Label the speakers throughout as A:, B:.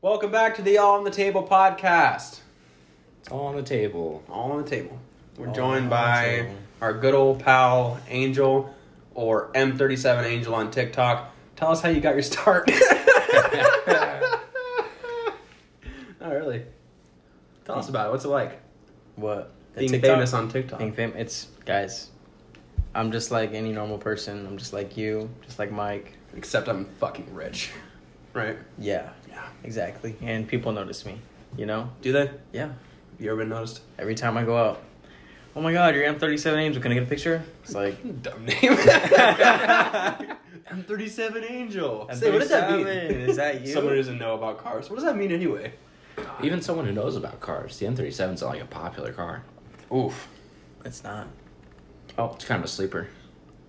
A: Welcome back to the All on the Table podcast.
B: It's all on the table.
A: All on the table. We're
B: All
A: joined
B: on the
A: by
B: table.
A: our good old pal Angel or M37 Angel on TikTok. Tell us how you got your start. Not really. Tell us about it. What's it like
B: What?
A: being
B: TikTok?
A: famous on TikTok?
B: Being famous. It's guys. I'm just like any normal person. I'm just like you, just like Mike.
A: Except I'm fucking rich, right?
B: Yeah,
A: Yeah.
B: exactly. And people notice me. You know?
A: Do they?
B: Yeah.
A: You ever been noticed?
B: Every time I go out. Oh my God, your M37 Angel. Can I get a picture? It's like
A: Dumb name. M37 Angel. Say, what does that mean?
B: M37, is that you?
A: Someone who doesn't know about cars. What does that mean anyway?
C: Even someone who knows about cars, the M37 is not like a popular car.
A: Oof.
B: it's not.
C: Oh, it's kind of a sleeper.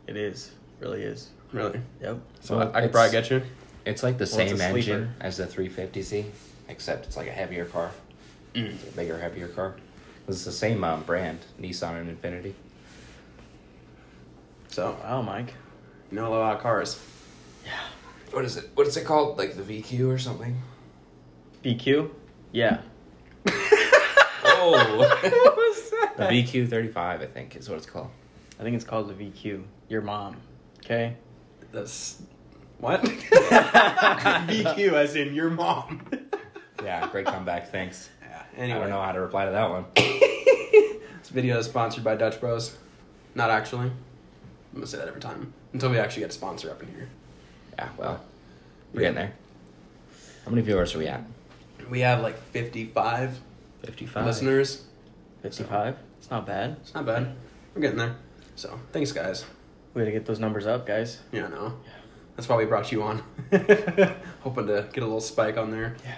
B: It is. Really is.
A: Really?
B: Yep.
A: So
C: Well,
A: I, I could
C: it's-
A: probably get you.
C: It's like the
B: Well, it's
C: same
B: a sleeper.
C: engine as the 350Z, except it's like a heavier car. It's a bigger, heavier car. It's the same um, brand, Nissan and Infinity.
A: So
B: Wow, Mike.
A: you know a lot about cars.
C: What is it? What is it called? Like the VQ or something?
B: BQ. Yeah.
C: Oh,
A: was that?
C: the VQ35, I think, is what it's called.
B: I think it's called the VQ. Your mom. Okay.
A: That's what? BQ as in your mom.
C: Yeah, great comeback. Thanks.
A: yeah.
C: I
A: Anyway,
C: don't know how to reply to that one.
A: this video is sponsored by Dutch Bros. Not actually. I'm gonna say that every time until we actually get a sponsor up in here.
C: Yeah, well, we're getting there. How many viewers are we at?
A: We have like 55
B: 55.
A: listeners.
B: 55. It's not bad.
A: It's not bad. We're getting there. So thanks, guys.
B: We gotta get those numbers up, guys.
A: Yeah, no. That's why we brought you on. Hoping to get a little spike on there.
B: Yeah.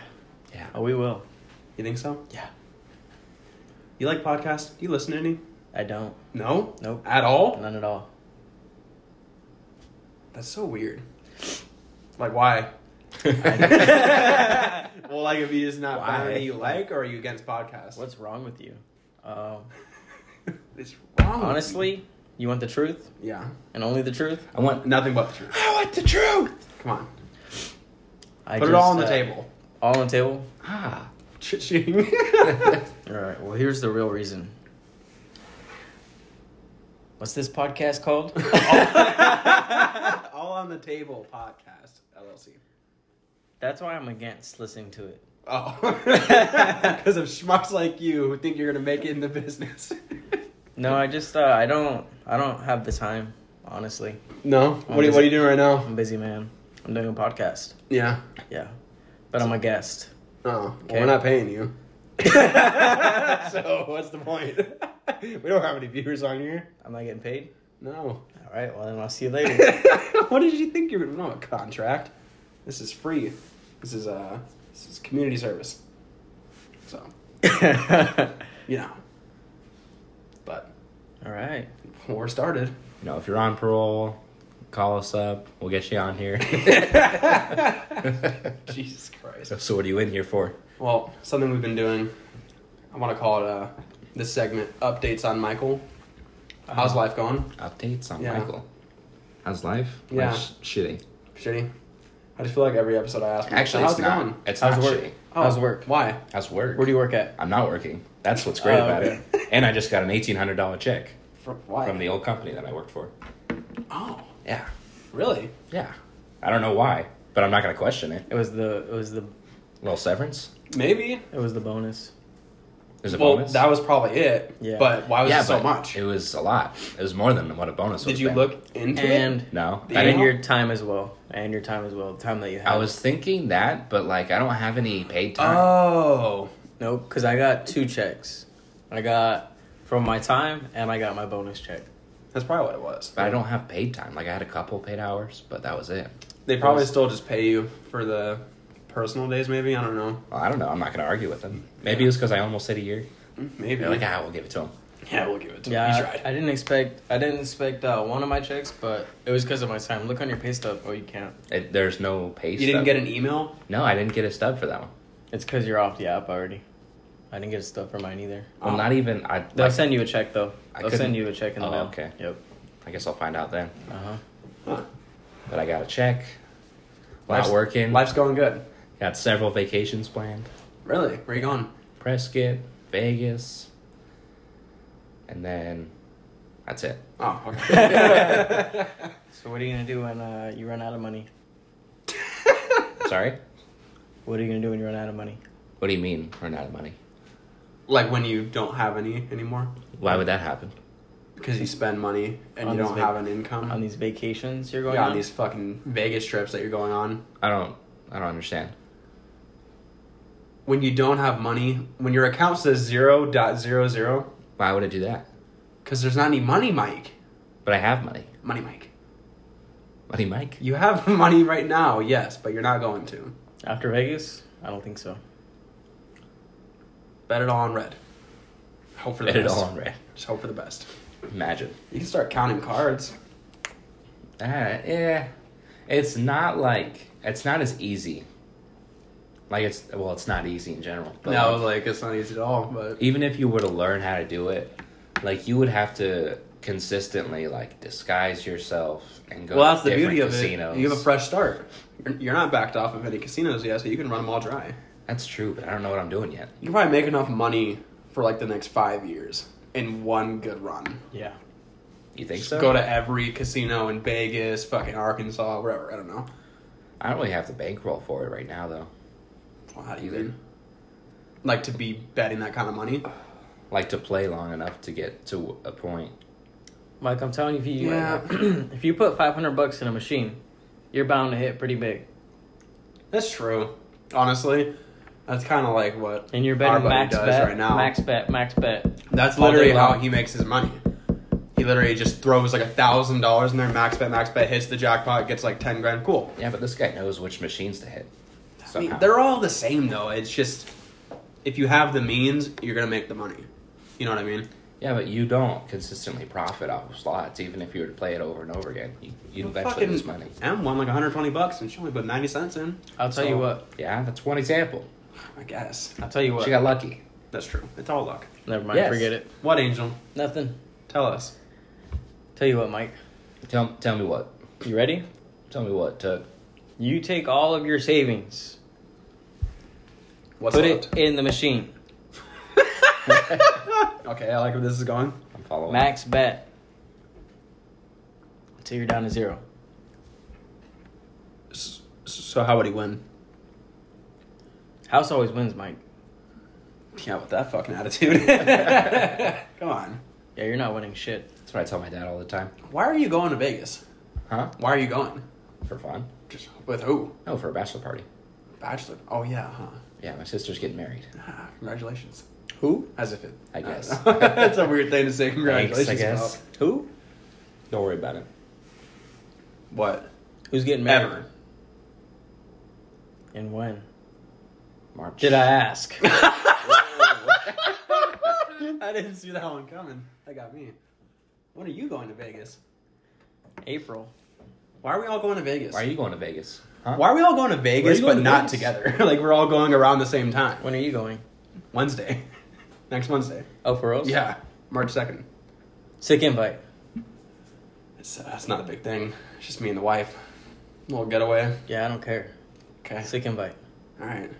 C: Yeah.
B: Oh, we will.
A: You think so?
B: Yeah.
A: You like podcasts? Do you listen to any?
B: I don't.
A: No?
B: Nope.
A: At all?
B: None at all.
A: That's so weird. Like, why? well, like, if you just not
C: Why?
A: find any you like, or are you against podcasts?
B: What's wrong with you? Um,
A: It's wrong? with
B: honestly, you want the truth
A: you? Yeah.
B: and only the truth.
C: I want.
A: Nothing but the truth.
C: I want the truth.
A: Come on.
B: I
A: Put it
B: just,
A: all on the
B: uh,
A: table.
B: All on the table.
C: Ah.
A: Ching.
B: All right. Well, here's the real reason. What's this podcast called?
A: all on the table podcast, LLC.
B: That's why I'm against listening to it.
A: Oh. Because of schmucks like you who think you're going to make it in the business.
B: No, I just uh, I don't I don't have the time. Honestly,
A: no? What are, you- what are you doing right now?
B: I'm busy, man. I'm doing a podcast.
A: Yeah.
B: Yeah, but I'm a guest.
A: Oh, well,
B: Okay.
A: we're not paying you. so what's the point? we don't have any viewers on here.
B: I'm not getting paid.
A: No.
B: All right. Well, then I'll see you later.
A: what did you think you were? We don't have a contract. This is free. This is uh, this is community service. So
B: All
A: you know. But
B: right.
A: we're started.
C: You know, if you're on parole, call us up. We'll get you on here.
A: Jesus Christ.
C: so, what are you in here for?
A: Well, something we've been doing. I want to call it uh, this segment updates on Michael. How's life going?
C: Updates on
A: Yeah.
C: Michael. How's life?
A: Yeah.
C: Life's shitty.
A: Shitty. I just feel like every episode I ask. Michael,
C: Actually,
A: how's
C: it's
A: it
C: not.
A: going?
C: It's
B: How's
C: not
B: work?
C: shitty.
B: How's work?
A: Why?
C: How's work?
B: Where do you work at?
C: I'm not working. That's what's great
B: Oh,
C: about
B: okay.
C: it. And I just got an eighteen hundred dollar check
A: For, why?
C: from the old company that I worked for.
A: oh,
C: Yeah.
A: really?
C: Yeah. I don't know why, but I'm not gonna question it.
B: It was the it was the
C: little severance.
A: Maybe.
B: it was the bonus.
C: There's a
A: Well,
C: bonus.
A: that was probably it.
B: Yeah.
A: But why was
C: yeah,
A: it so
C: but
A: much?
C: It was a lot. It was more than what a bonus.
A: Did
C: would've
A: you
C: been.
A: look into
B: And
A: it?
C: No.
A: The
C: I
B: and
C: didn't.
B: your time as well. And your time as well. The time that you had.
C: I was thinking that, but like I don't have any paid time.
A: Oh,
B: nope. Because I got two checks. I got from my time and I got my bonus check.
A: that's probably what it was.
C: But I don't have paid time. Like I had a couple paid hours, but that was it.
A: They probably
B: was-
A: still just pay you for the personal days. Maybe I don't know.
C: Well, I don't know. I'm not gonna argue with them. Maybe it was because I almost hit a year.
A: Maybe.
C: They're like, ah, we'll give it to them.
A: yeah, we'll give it to
B: Yeah,
A: him.
B: I-
A: He tried.
B: I didn't expect I didn't expect uh, one of my checks, but it was because of my time. Look on your pay stub. Oh, you can't.
C: It, there's no pay.
A: you didn't get an email.
C: No, I didn't get a stub for that one.
B: It's because you're off the app already. I didn't get stuff for mine either.
C: Well,
A: Oh.
C: not even. I.
B: They'll
C: like,
B: send you a check though.
C: I
B: They'll send
C: couldn't-
B: you a check in the
C: Oh,
B: mail.
C: okay.
B: Yep.
C: I guess I'll find out then.
B: Uh huh.
A: Huh.
C: But I got a check. Not
A: Life's-
C: working.
A: Life's going good.
C: Got several vacations planned.
A: Really? Where you going?
C: Prescott, Vegas, and then that's it.
A: Oh, okay.
B: So what are you gonna do when uh, you run out of money?
C: Sorry?
B: What are you gonna do when you run out of money?
C: What do you mean run out of money?
A: like when you don't have any anymore
C: Why would that happen?
A: because you spend money and
B: On
A: you don't
B: these vac-
A: have an income.
B: On these vacations you're going
A: yeah,
B: on?
A: on these fucking Vegas trips that you're going on.
C: I don't I don't understand.
A: When you don't have money, when your account says zero dot zero zero,
C: Why would I do that?
A: because there's not any money, Mike.
C: But I have money.
A: Money, Mike.
C: Money Mike.
A: You have money right now, yes, but you're not going to.
B: After Vegas? I don't think so.
A: Bet it all on red. Hope for the
C: Bet it
A: best.
C: all on red.
A: Just hope for the best.
C: Imagine.
A: You can start counting cards.
C: Ah, yeah. It's not like it's not as easy. Like it's well, it's not easy in general. But
A: no,
C: like,
A: like it's not easy at all. But
C: even if you were to learn how to do it, like you would have to consistently like disguise yourself and go.
A: well, that's
C: to
A: the
C: different
A: beauty of
C: casinos.
A: it. You have a fresh start. You're, you're not backed off of any casinos yet, so you can run them all dry.
C: That's true, but I don't know what I'm doing yet.
A: You can probably make enough money for like the next five years in one good run.
B: Yeah.
C: You think
A: Just
C: so?
A: go to every casino in Vegas, fucking Arkansas, wherever. I don't know.
C: I don't really have the bankroll for it right now, though.
A: Well, how do you
C: Either.
A: mean? Like to be betting that kind of money?
C: Like to play long enough to get to a point.
B: Mike, I'm telling you, if you
A: Yeah.
B: if you put 500 bucks in a machine, you're bound to hit pretty big.
A: That's true. Honestly, that's kind of like what
B: And you're
A: our
B: betting
A: buddy
B: max
A: does
B: bet,
A: right now.
B: max bet, max bet.
A: That's
B: All day
A: literally how
B: long.
A: he makes his money. He literally just throws like a thousand dollars in there, max bet, max bet, hits the jackpot, gets like ten grand. Cool.
C: Yeah, but this guy knows which machines to hit.
A: I mean,
C: Somehow.
A: they're all the same though. It's just if you have the means, you're gonna make the money. You know what I mean?
C: Yeah, but you don't consistently profit off of slots, even if you were to play it over and over again. You, you'd eventually
A: Fucking
C: lose money.
A: M won like 120 bucks, and she only put 90 cents in.
B: I'll tell you
A: So-
B: what.
C: Yeah, that's one example.
A: I guess
B: I'll tell you what.
C: She got lucky.
A: that's true. It's all luck.
B: Never mind.
C: Yes.
B: Forget it.
A: What angel?
B: Nothing.
A: Tell us.
B: Tell you what, Mike.
C: Tell, tell me what.
B: You ready?
C: Tell me what, Tug.
B: You take all of your savings,
A: What's
B: put
A: left?
B: it in the machine,
A: Okay, I like where this is going.
C: I'm following.
B: max bet until you're down to zero.
A: S- So how would he win?
B: House always wins, Mike.
A: Yeah, with that fucking attitude. Come on.
B: Yeah, you're not winning shit.
C: That's what I tell my dad all the time.
A: Why are you going to Vegas?
C: Huh?
A: Why are you going?
C: For fun?
A: Just with who?
C: No, for a bachelor party.
A: Bachelor. Oh yeah, huh?
C: Yeah, my sister's getting married.
A: Ah, Congratulations.
B: Who?
A: As if it.
C: I guess.
A: That's a weird thing to say. Congratulations.
C: Thanks, I guess.
A: about.
B: Who?
C: Don't worry about it.
A: What?
B: Who's getting married?
A: Ever.
B: And when?
C: March.
B: Did I ask?
A: I didn't see that one coming. That got me. When are you going to Vegas?
B: April.
A: Why are we all going to Vegas?
C: Why are you going to Vegas? Huh?
A: Why are we all going to Vegas
C: you going
A: but
C: to
A: not
C: Vegas?
A: together? like we're all going around the same time.
B: When are you going?
A: Wednesday. Next Wednesday.
B: Oh, for us?
A: Yeah. March 2nd.
B: Sick invite.
A: It's, uh, it's not a big thing. It's just me and the wife. little getaway.
B: Yeah, I don't care.
A: Okay.
B: Sick invite.
A: All right.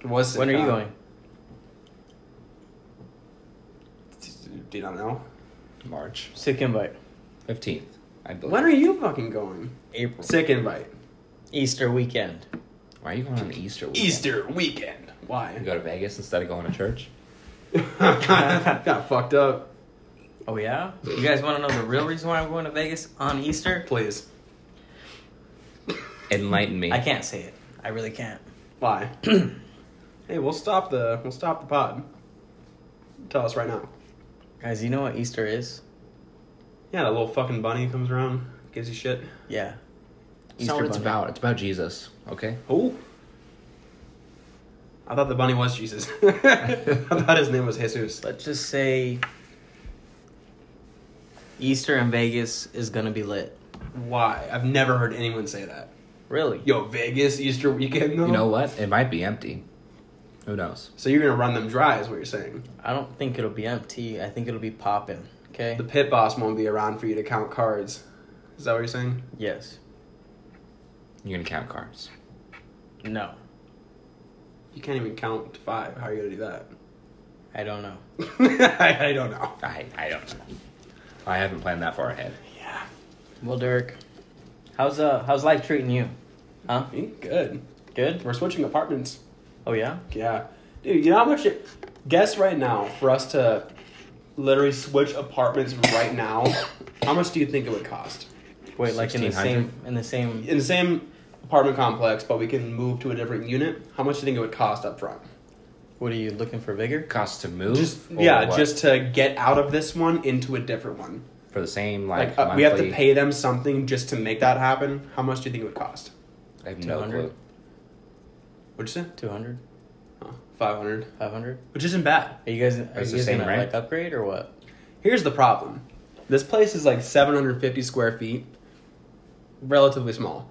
A: It was
B: When are you
A: sitcom.
B: going?
A: Do you not know?
C: March
B: Sick invite.
C: 15th, I believe.
A: When are you fucking going?
B: April.
A: Sick invite.
B: Easter weekend.
C: Why are you going on Easter weekend?
A: Easter weekend.
C: You
A: Why?
C: go to Vegas instead of going to church?
A: Got fucked up.
B: Oh yeah? You guys wanna know the real reason why I'm going to Vegas on Easter?
A: Please.
C: Enlighten me.
B: I can't say it. I really can't.
A: Why? hey, we'll stop the we'll stop the pod. Tell us right now.
B: Guys, you know what Easter is?
A: Yeah, that little fucking bunny comes around, gives you shit.
B: Yeah.
C: It's not what it's
B: Bunny.
C: about. It's about Jesus. Okay.
A: Oh. I thought the bunny was Jesus. I thought his name was Jesus.
B: Let's just say Easter in Vegas is gonna be lit.
A: Why? I've never heard anyone say that.
B: Really?
A: Yo, Vegas Easter weekend though.
C: You know what? It might be empty. Who knows?
A: So you're gonna run them dry, is what you're saying.
B: I don't think it'll be empty. I think it'll be popping. Okay?
A: The pit boss won't be around for you to count cards. Is that what you're saying?
B: yes.
C: You're gonna count cards.
B: No.
A: You can't even count to five. How are you gonna do that?
B: I don't know.
A: I, I don't know.
C: I, I don't know. I haven't planned that far ahead.
A: Yeah.
B: Well, Derek, how's uh how's life treating you? Huh?
A: Me? Good.
B: Good.
A: We're switching apartments.
B: Oh yeah.
A: Yeah. Dude, you know how much it guess right now for us to literally switch apartments right now, how much do you think it would cost?
B: Wait, like in the same
C: 1600?
B: in the same.
A: In the same apartment complex, but we can move to a different unit, how much do you think it would cost up front?
B: What are you looking for? Bigger
C: Cost to move?
A: Just
C: or
A: yeah,
C: what?
A: just to get out of this one into a different one.
C: for the same like,
A: Like, uh, we have to
C: monthly-
A: pay them something just to make that happen. How much do you think it would cost?
C: I have no
B: 200.
C: clue.
A: What'd you say?
B: 200,
A: Oh, Five hundred,
B: 500?
A: which isn't bad.
B: Are you guys are
C: It's
B: you
C: the
B: guys
C: same
B: gonna
C: rent?
B: like upgrade or what?
A: Here's the problem. This place is like 750 square feet, relatively small.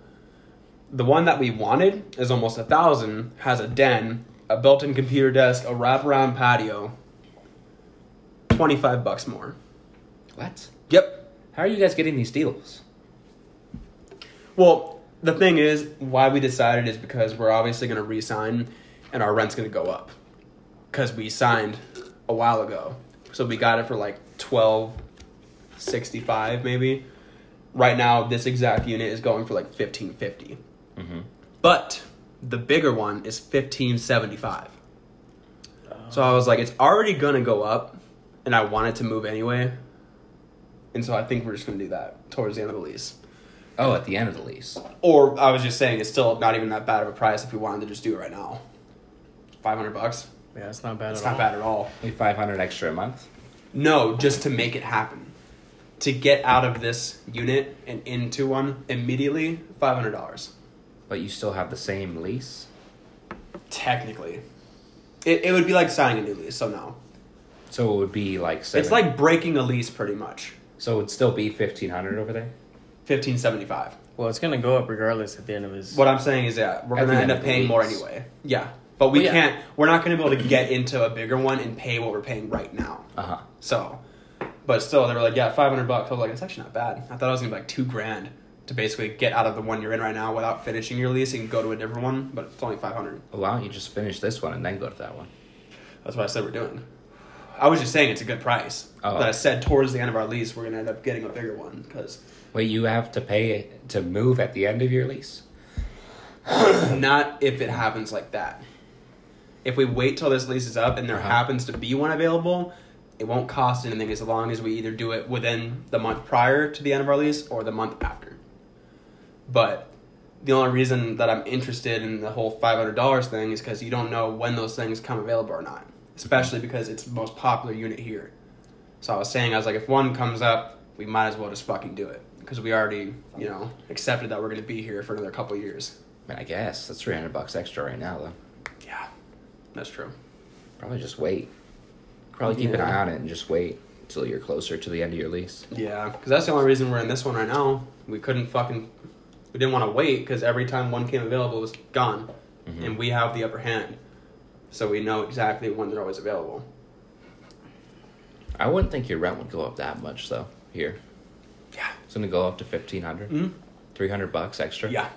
A: The one that we wanted is almost a thousand, has a den, a built in computer desk, a wraparound patio. 25 bucks more.
C: What?
A: Yep.
C: How are you guys getting these deals?
A: Well, the thing is, why we decided is because we're obviously going to re sign and our rent's going to go up. Because we signed a while ago. So we got it for like 1265 maybe. Right now, this exact unit is going for like 1550
C: Mm-hmm.
A: But the bigger one is 1575 So I was like, it's already going to go up and I wanted to move anyway. And so I think we're just going to do that towards the end of the lease.
C: Oh, at the end of the lease.
A: Or I was just saying, it's still not even that bad of a price if we wanted to just do it right now. Five hundred bucks.
B: Yeah, it's not bad
A: It's
B: at
A: not
B: all.
A: bad at all.
C: Maybe 500 extra a month.
A: No, just to make it happen, to get out of this unit and into one immediately, five hundred dollars.
C: But you still have the same lease?
A: Technically, it it would be like signing a new lease. So no,
C: So it would be like seven,
A: it's like breaking a lease pretty much.
C: so it would still be 1500 over there?
A: Fifteen seventy five.
B: Well, it's gonna go up regardless at the end of his.
A: What I'm saying is, yeah, we're
C: At
A: gonna end
C: the end
A: up
C: of the
A: paying more
C: lease.
A: anyway. Yeah, but we
B: Well, yeah.
A: can't. We're not gonna be able to get into a bigger one and pay what we're paying right now.
C: Uh-huh.
A: So, but still, they were like, yeah, 500 bucks. I was like, it's actually not bad. I thought I was going to be like two grand to basically get out of the one you're in right now without finishing your lease and go to a different one, but it's only 500.
C: Well, why don't you just finish this one and then go to that one?
A: That's what I said we're doing. I was just saying it's a good price.
C: Oh.
A: But I said towards the end of our lease, we're going to end up getting a bigger one because
C: Wait, you have to pay to move at the end of your lease?
A: not if it happens like that. If we wait till this lease is up and there
C: Uh-huh.
A: happens to be one available, it won't cost anything as long as we either do it within the month prior to the end of our lease or the month after. But the only reason that I'm interested in the whole $500 thing is because you don't know when those things come available or not, especially because it's the most popular unit here. So I was saying, I was like, if one comes up, we might as well just fucking do it because we already, you know, accepted that we're going to be here for another couple years.
C: I mean, I guess that's 300 bucks extra right now though.
A: Yeah, that's true.
C: Probably just wait. Probably keep an
A: Yeah.
C: eye on it and just wait until you're closer to the end of your lease.
A: Yeah, because that's the only reason we're in this one right now. We couldn't fucking, we didn't want to wait because every time one came available, it was gone, and we have the upper hand, so we know exactly when they're always available.
C: I wouldn't think your rent would go up that much though. Here,
A: Yeah,
C: it's gonna go up to 1500
A: Mhm.
C: 300 bucks extra.
A: yeah.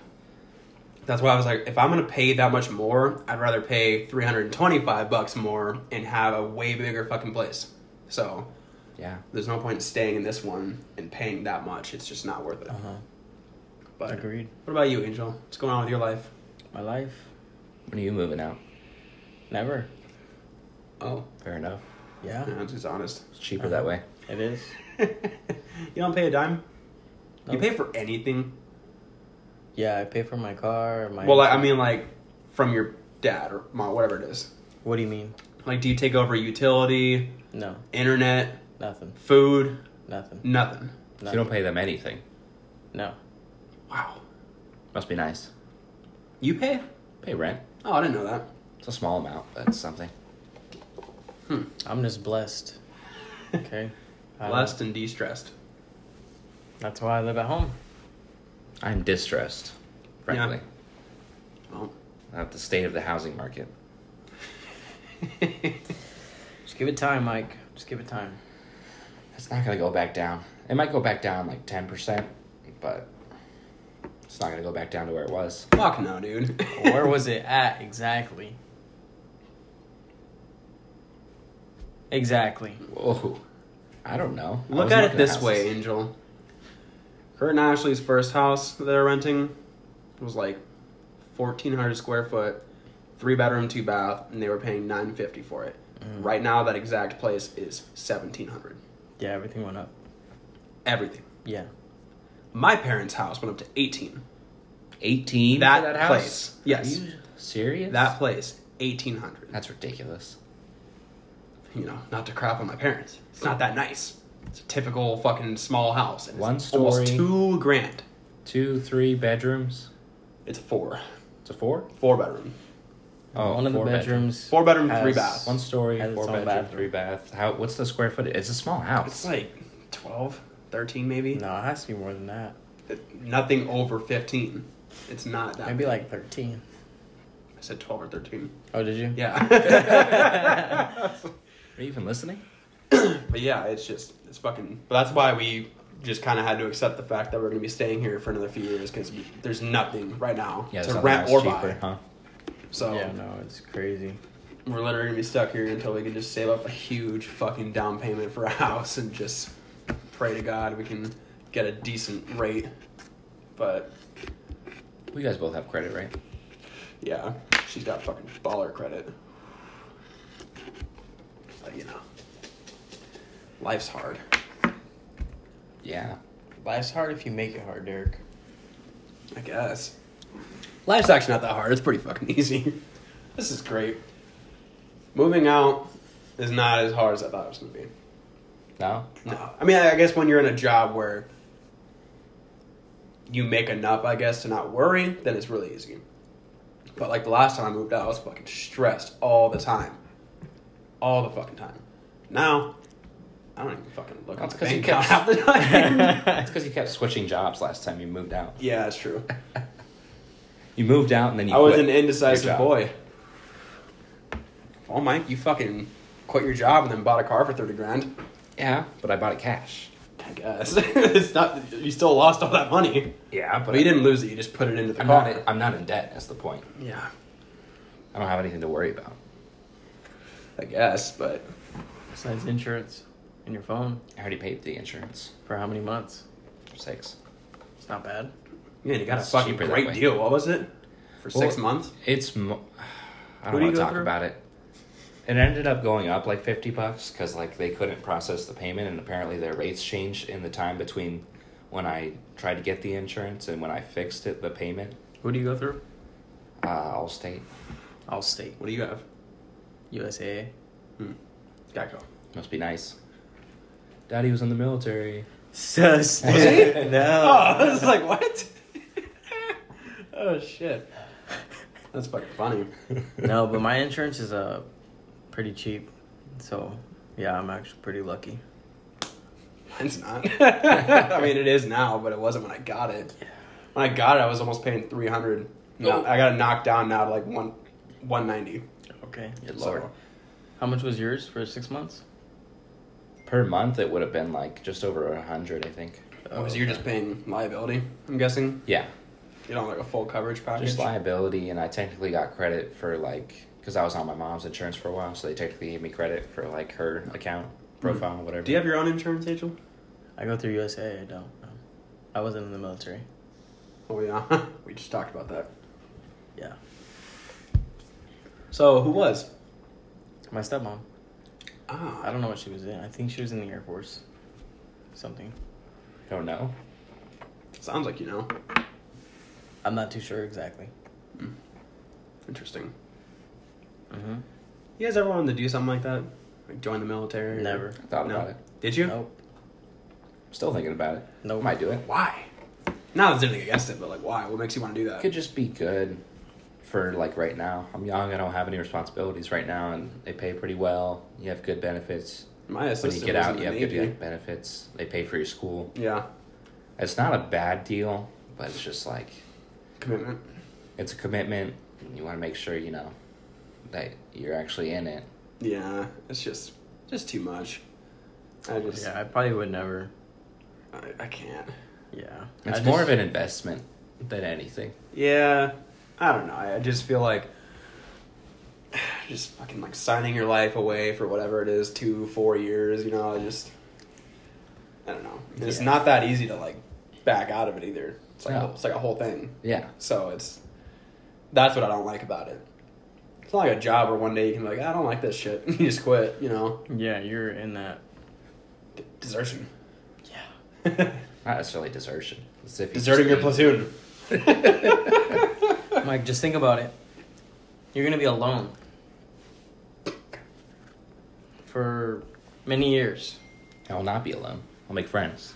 A: That's why I was like, if I'm gonna pay that much more, I'd rather pay 325 bucks more and have a way bigger fucking place. So
C: yeah.
A: there's no point in staying in this one and paying that much. It's just not worth it.
B: Uh huh.
A: But
B: Agreed.
A: what about you, Angel? What's going on with your life?
B: My life,
C: When are you moving out?
B: never.
A: Oh,
C: Fair enough.
B: Yeah,
A: yeah, just honest.
C: It's cheaper that
A: Uh-huh.
C: way.
B: it is.
A: you don't pay a dime. You
B: Nope.
A: pay for anything.
B: Yeah, I pay for my car. My
A: Well, like, I mean, like from your dad or mom, whatever it is.
B: what do you mean?
A: Like, do you take over utility,
B: No,
A: internet,
B: nothing,
A: food,
B: nothing,
A: nothing?
C: So
B: nothing.
C: you don't pay them anything.
B: no.
A: Wow.
C: Must be nice.
A: You pay?
C: Pay rent.
A: Oh, I didn't know that.
C: It's a small amount, but it's something.
B: I'm just blessed. Okay. I don't-
A: Blessed and de-stressed.
B: That's why I live at home.
C: I'm distressed, frankly,
A: Oh.
C: at the state of the housing market.
B: Just give it time, Mike. Just give it time.
C: It's not going to go back down. It might go back down like 10%, but it's not going to go back down to where it was.
A: Fuck no, dude.
B: Where was it at exactly? Exactly.
C: Whoa. I don't know. I
A: Look
C: was
A: at
C: looking
A: it this
C: houses.
A: way, Angel. Kurt and Ashley's first house that they're renting was like fourteen hundred square foot, three bedroom, two bath, and they were paying nine fifty for it.
C: Mm.
A: Right now, that exact place is seventeen hundred.
B: Yeah, everything went up.
A: Everything.
B: Yeah.
A: My parents' house went up to eighteen.
C: 18 for
A: That
C: that
A: place.
C: house.
A: Yes.
C: Are you serious?
A: That place, eighteen hundred.
C: That's ridiculous.
A: You know, not to crap on my parents. It's not that nice. It's a typical fucking small house. And it's
C: One story.
A: Almost two grand.
C: Two, three bedrooms.
A: It's a four.
C: It's a four.
A: Four bedroom.
C: Oh,
B: One of the
C: four
B: bedrooms.
A: Four bedroom, three
B: Has-
A: bath.
C: One story,
B: Has its
C: four
B: own
C: bedroom,
B: bathroom.
C: three bath. How? What's the square footage? It's a small
A: It's
C: house.
A: like 12, 13 maybe.
B: No, it has to be more than that.
A: Nothing over 15. It's not that.
B: Maybe like 13.
A: I said 12 or 13.
B: Oh, did you?
A: Yeah.
C: Are you even listening?
A: but yeah, it's just, it's fucking. But that's why we just kind of had to accept the fact that we're going to be staying here for another few years because there's nothing right now
C: Yeah,
A: to rent or buy.
C: huh?
A: So
B: Yeah, no, it's crazy.
A: we're literally going to be stuck here until we can just save up a huge fucking down payment for a house and just pray to God we can get a decent rate. But
C: We guys both have credit, right?
A: Yeah, she's got fucking baller credit. But, you know, life's hard.
C: Yeah.
B: Life's hard if you make it hard, Derek.
A: I guess. Life's actually not that hard. It's pretty fucking easy. This is great. Moving out is not as hard as I thought it was gonna be.
C: No.
A: No, I mean, I I guess when you're in a job where you make enough, I guess, to not worry, then it's really easy. But like the last time I moved out, I was fucking stressed all the time, all the fucking time. Now, I don't even fucking look at
C: That's
A: the
C: 'cause
A: bank
C: you
A: account half
C: kept-
A: the time.
C: That's because you kept switching jobs last time you moved out.
A: yeah, it's true.
C: You moved out and then you.
A: I was
C: quit
A: an
C: your
A: indecisive
C: job.
A: boy. Well, Mike, you fucking quit your job and then bought a car for thirty grand.
C: Yeah, but I bought it cash.
A: I guess it's not. You still lost all that money.
C: Yeah, but
A: But you didn't lose it. You just put it into the
C: I'm
A: car.
C: not. I'm not in debt. That's the point.
A: yeah,
C: I don't have anything to worry about.
A: I guess. But
B: Besides insurance and your phone
C: I already paid the insurance.
B: for how many months?
C: Six.
B: It's not bad.
A: yeah, you got
C: It's
A: a fucking
C: cheaper that
A: great
C: way.
A: deal. What was it for six
C: Well,
A: months?
C: It's. Mo- I
A: Who
C: don't
A: do you
C: want to
A: go
C: talk
A: through?
C: about it. It ended up going up like fifty bucks because like they couldn't process the payment, and apparently their rates changed in the time between when I tried to get the insurance and when I fixed it, the payment.
B: Who do you go through?
C: Uh, Allstate
B: All state.
A: What do you have?
B: USAA.
A: Geico.
C: must be nice. Daddy was in the military.
B: Sus.
C: Was it?
A: Oh,
B: No.
A: I was like, what? oh shit. That's fucking funny.
B: No, but my insurance is uh pretty cheap. So, yeah, I'm actually pretty lucky.
A: Mine's not. I mean, it is now, but it wasn't when I got it. When I got it, I was almost paying three hundred. No,
B: Oh.
A: I got it knocked down now to like one, one ninety.
B: Okay.
C: Good lord.
B: How much was yours for 6 months?
C: Per month, it would have been like just over a hundred, I think.
A: Because you're just paying liability. I'm guessing
C: Yeah,
A: you don't have, like a full coverage package.
C: just liability, and I technically got credit for like because I was on my mom's insurance for a while, so they technically gave me credit for like her account profile, whatever.
A: Hmm. Do you have your own insurance, Angel?
B: I go through USAA. I don't. No. I wasn't in the military.
A: Oh yeah, we just talked about that.
B: Yeah.
A: So who was?
B: My stepmom.
A: Ah,
B: I don't know what she was in. I think she was in the Air Force. Something.
C: Don't know.
A: sounds like you know.
B: I'm not too sure exactly.
A: Interesting.
B: Mm-hmm.
A: You guys ever wanted to do something like that? Like join the military? or-
B: Never.
C: I thought
A: No.
C: about it.
A: Did you?
B: Nope.
C: Still thinking about it.
B: Nope.
C: Might do it.
A: Why? Not that there's anything against it, but like, why? What makes you want to do that?
C: Could just be good for like right now. I'm young. I don't have any responsibilities right now, and they pay pretty well. You have good benefits.
A: My
C: When you
A: assistant
C: get
A: was
C: out,
A: in
C: you
A: the
C: have good
A: Navy.
C: like, benefits. They pay for your school.
A: Yeah,
C: It's not a bad deal, but it's just like
A: commitment.
C: it's a commitment. And you want to make sure you know that you're actually in it.
A: Yeah, it's just just too much. I just
B: Yeah, I probably would never.
A: I, I can't.
B: Yeah.
C: It's more of an investment than anything.
A: Yeah, I don't know. I, I just feel like just fucking like signing your life away for whatever it is, two, four years, you know, I just I don't know. And It's
C: Yeah.
A: not that easy to like back out of it either. It's like
C: No.
A: it's like a whole thing.
C: Yeah.
A: So it's that's what I don't like about it. It's not like a job where one day you can be like, "Ah, I don't like this shit. you just quit, you know.
B: Yeah, you're in that.
A: D- desertion.
B: Yeah.
C: Not necessarily desertion. It's if you
A: Deserting your
C: just
A: platoon.
B: Mike, just think about it. You're gonna be alone for many years.
C: leave. I will not be alone. I'll make friends.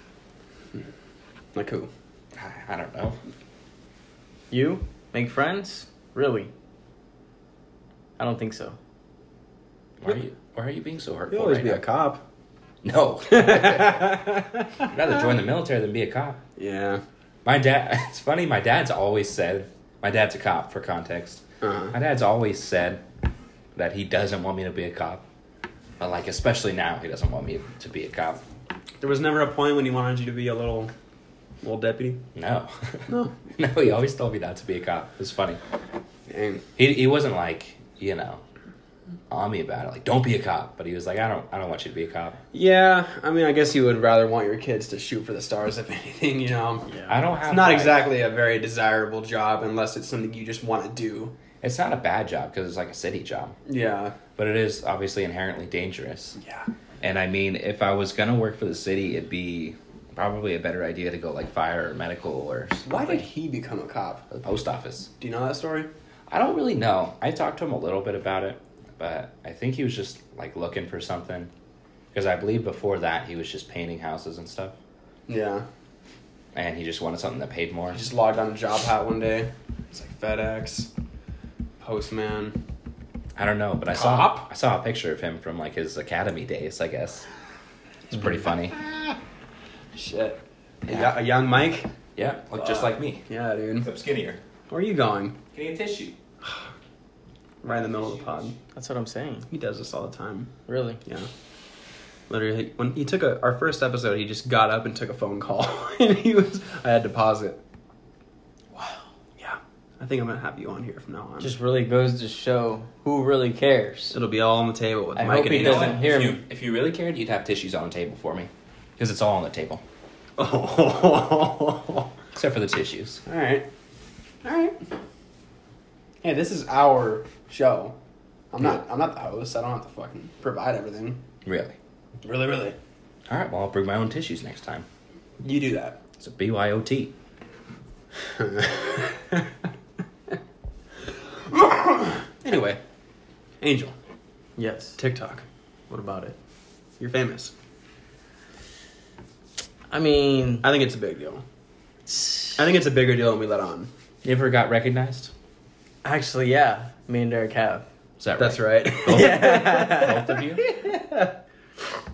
A: Like who?
C: I- I don't know.
B: You make friends? Really? I don't think so.
C: Why are you? Why are you being so hurtful?
A: You'll always
C: right
A: be
C: now?
A: a cop.
C: No. I'd rather join the military than be a cop.
A: Yeah.
C: My dad. It's funny. My dad's always said. My dad's a cop. For context, my
A: Uh-huh.
C: dad's always said that he doesn't want me to be a cop. But like, especially now, he doesn't want me to be a cop.
A: There was never a point when he wanted you to be a little little deputy.
C: No.
A: No.
C: no. He always told me not to be a cop. It's funny.
A: Dang.
C: He he wasn't like you know on me about it. Like, don't be a cop. But he was like, I don't. I don't want you to be a cop.
A: Yeah, I mean, I guess you would rather want your kids to shoot for the stars, if anything, you know.
C: I don't have.
A: It's not
C: like-
A: exactly a very desirable job unless it's something you just want to do.
C: It's not a bad job because it's like a city job,
A: Yeah.
C: but it is obviously inherently dangerous.
A: Yeah.
C: And I mean, if I was gonna work for the city, it'd be probably a better idea to go like fire or medical or something.
A: Why did he become a cop?
C: the post office?
A: Do you know that story?
C: I don't really know. I talked to him a little bit about it, but I think he was just like looking for something because I believe before that he was just painting houses and stuff,
A: Yeah.
C: and he just wanted something that paid more.
A: He just logged on a job hat one day. It's like FedEx, Postman.
C: I don't know, but I saw
A: Cop?
C: I saw a picture of him from like his academy days. I guess it's pretty
A: Hmm.
C: funny.
A: Shit. You got a young Mike?
C: Yeah, look just like me.
A: Yeah, dude.
C: Except skinnier.
A: Where are you going?
C: Getting a tissue.
A: Right in the middle of the pod.
B: That's what I'm saying.
A: He does this all the time.
B: Really.
A: Yeah. Literally, when he took a, our first episode, he just got up and took a phone call, and he was. I had to pause it.
B: Wow.
A: Yeah, I think I'm gonna have you on here from now on.
B: Just really goes to show who really cares.
A: it'll be all on the table with
B: I
A: Mike
B: hope
A: and
B: he
A: Ian.
B: doesn't hear
C: if
B: me.
C: you, if you really cared, you'd have tissues on the table for me. Because it's all on the table.
A: Oh.
C: Except for the tissues.
A: all right, all right. Hey, this is our show. I'm not. I'm not the host. I don't have to fucking provide everything.
C: Really?
A: Really, really.
C: All right, well, I'll bring my own tissues next time.
A: You do that.
C: It's a BYOT.
A: Anyway, Angel,
B: Yes.
A: TikTok. What about it? You're famous.
B: I mean,
A: I think it's a big deal.
B: it's-
A: I think it's a bigger deal than we let on.
C: You ever got recognized?
B: actually, yeah. Me and Derek have.
C: Is that
A: That's
C: right?
A: right.
C: Both of you?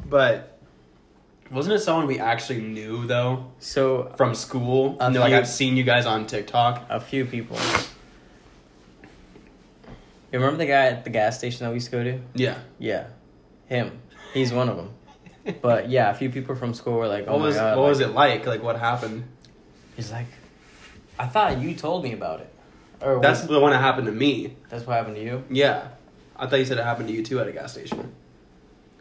A: but wasn't it someone we actually knew though
B: So
A: from school?
B: A
A: and they're like,
B: few.
A: I've seen you guys on TikTok.
B: a few people. You remember the guy at the gas station that we used to go to?
A: Yeah.
B: Yeah, him. He's one of them. But yeah, a few people from school were like, "Oh
A: what
B: my
A: was
B: god!"
A: what
B: like-
A: was it like? Like what happened?
B: He's like, "I thought you told me about it." Or
A: That's
B: that's
A: the one that happened to me.
B: that's what happened to you.
A: Yeah. I thought you said it happened to you too at a gas station.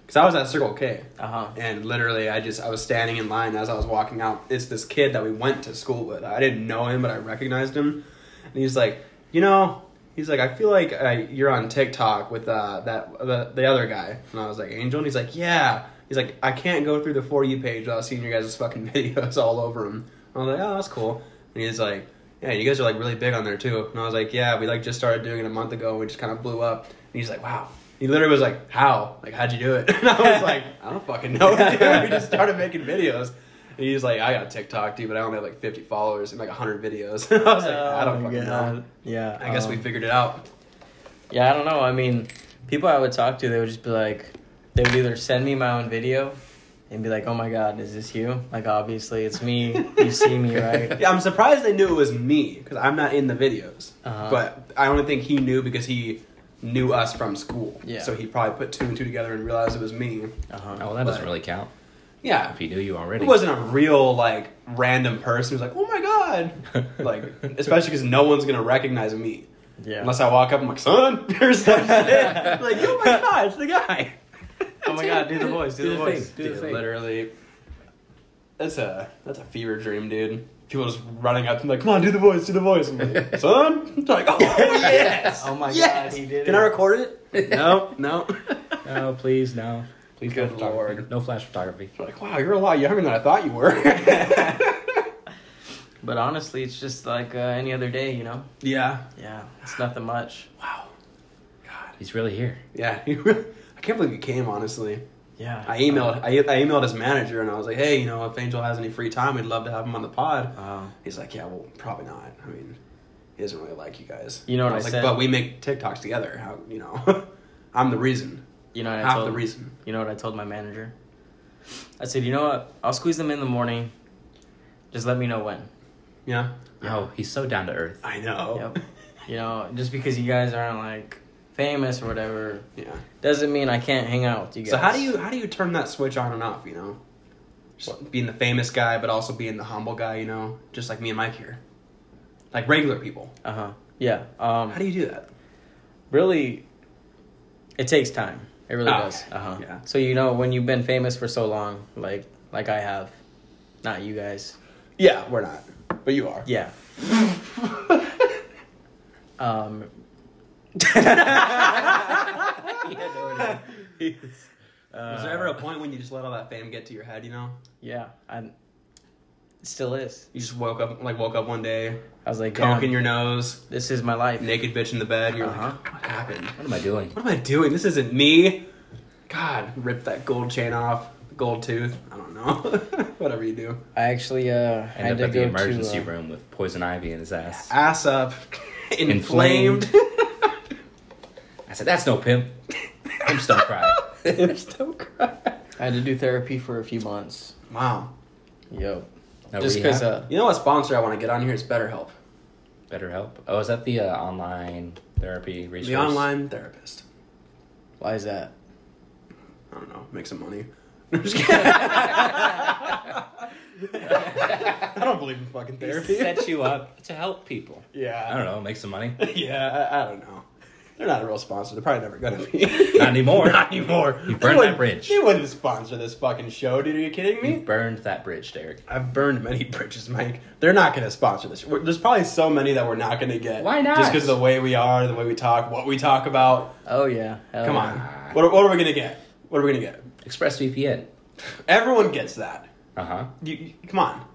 A: Cause I was at Circle K.
B: Uh huh.
A: and literally i just i was standing in line as i was walking out it's this kid that we went to school with i didn't know him but i recognized him and he's like you know he's like i feel like uh, you're on tiktok with uh, that the, the other guy and i was like angel and he's like yeah he's like i can't go through the for you page without seeing your guys' fucking videos all over him i was like oh that's cool and he's like yeah you guys are like really big on there too and i was like yeah we like just started doing it a month ago and we just kind of blew up and he's like wow he literally was like, "How? Like, how'd you do it?" And I was like, "I don't fucking know." dude. we just started making videos, and he's like, "I got TikTok, dude, but I only have like 50 followers and like 100 videos." I was like, "I don't fucking know."
B: Yeah.
A: I guess we
B: um,
A: figured it out.
B: Yeah, I don't know. I mean, people I would talk to, they would just be like, they would either send me my own video and be like, oh my god, is this you? Like, obviously, it's me. You see me, right?
A: Yeah, I'm surprised they knew it was me because I'm not in the videos.
B: Uh-huh.
A: But I only think he knew because he knew us from school.
B: Yeah.
A: So he probably put two and two together and realized it was me.
B: Uh
C: Oh,
B: huh.
C: well, that doesn't
A: But-
C: really count.
A: Yeah.
C: If he knew you already.
A: It wasn't a real like random person who's like, "Oh my god," like especially because no one's gonna recognize me.
B: Yeah.
A: Unless I walk up, I'm like, son, or something. like, oh my god, it's the guy. oh my god, do the voice, do, the, voice,
B: thing, do the
A: Dude,
B: thing.
A: Literally, that's a that's a fever dream, dude. People just running up to me like, come on, do the voice, do the voice. I'm like, son, They're like, oh yes,
B: Oh my
A: yes.
B: God, he did
A: Can
B: it.
A: I record it? no, no.
C: No, please, no. Please, no
A: Good
C: photography.
A: lord.
C: No flash photography.
A: They're like, wow, you're a lot younger than I thought you were.
B: But honestly, it's just like uh, any other day, you know?
A: yeah.
B: Yeah, it's nothing much.
A: Wow. God.
C: He's really here.
A: Yeah. I can't believe you came. Honestly.
B: Yeah. Um,
A: I emailed I, I emailed his manager and I was like, hey, you know, if Angel has any free time, we'd love to have him on the pod.
B: Wow.
A: He's like, yeah, well, probably not. I mean, he doesn't really like you guys.
B: You know what I
A: was like,
B: said?
A: But we make TikToks together. How you know? I'm the reason.
B: You know what I
A: half
B: told
A: the reason.
B: You know what I told my manager? I said, you know what? I'll squeeze them in the morning. Just let me know when.
A: Yeah,
C: Yo, Oh, he's so down to earth.
A: I know.
B: Yep. You know, just because you guys aren't like famous or whatever
A: Yeah.
B: doesn't mean I can't hang out with you guys.
A: So how do you how do you turn that switch on and off? You know, just being the famous guy, but also being the humble guy. You know, just like me and Mike here, like regular people.
B: Uh huh. Yeah. Um.
A: How do you do that?
B: really it takes time it really
A: Ah,
B: does uh-huh
A: yeah.
B: so you know when you've been famous for so long like like i have not you guys
A: Yeah, we're not, but you are.
B: yeah um
A: Was there ever a point when you just let all that fame get to your head? You know,
B: yeah i it still is
A: you just woke up like woke up one day,
B: i was like
A: coke in
B: "Damn,
A: your nose,
B: this is my life
A: naked bitch in the bed. And you're
B: Uh-huh.
A: like, what happened?
C: What am I doing?
A: What am I doing? This isn't me. God, rip that gold chain off, gold tooth. I don't know. Whatever you do,
B: i actually uh
C: End
B: had
C: up
B: to
C: at the
B: go
C: emergency
B: to, uh,
C: room with poison ivy in his ass.
A: ass up, inflamed.
C: Inflamed. I said, "That's no pimp." Pimps don't cry.
A: Hips don't cry.
B: i had to do therapy for a few months
A: Wow.
B: yo
C: No
B: just because
C: rehab?
B: uh
A: You know what sponsor I want to get on here is BetterHelp,
C: Better help. Oh, is that the uh, online therapy resource?
A: the online therapist.
B: why is that
A: I don't know. Make some money. I'm just kidding. I don't believe in fucking therapy.
C: set you up to help people. I
A: Yeah.
C: don't know. Make some money.
A: Yeah, I, I don't know. They're not a real sponsor. They're probably never gonna be.
C: Not anymore.
A: Not anymore.
C: You
A: They
C: burned
A: wouldn't-
C: that bridge.
A: They wouldn't sponsor this fucking show, dude. Are you kidding me?
C: You burned that bridge, Derek.
A: I've burned many bridges, Mike. They're not gonna sponsor this. We're, there's probably so many that we're not gonna get.
C: Why not?
A: Just because of the way we are, the way we talk, what we talk about.
B: oh yeah Hell
A: Come
B: yeah.
A: on. What are, what are we gonna get? What are we gonna get?
C: ExpressVPN.
A: Everyone gets that.
C: Uh huh.
A: You, you- come on.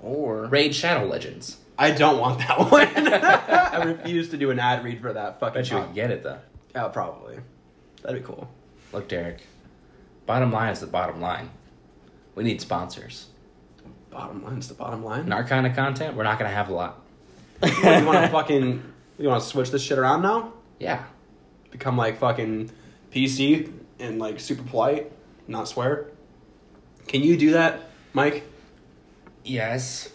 B: or
C: Raid Shadow Legends.
A: I don't want that one. I refuse to do an ad read for that fucking.
C: Bet you would
A: pod-
C: get it though.
A: Yeah, probably. That'd be cool.
C: Look, Derek. Bottom line is the bottom line. We need sponsors.
A: Bottom line's the bottom line.
C: And our kind of content, we're not gonna have a lot.
A: What, you want to fucking you want to switch this shit around now?
C: Yeah.
A: Become like fucking PC and like super polite, not swear. Can you do that, Mike?
C: Yes.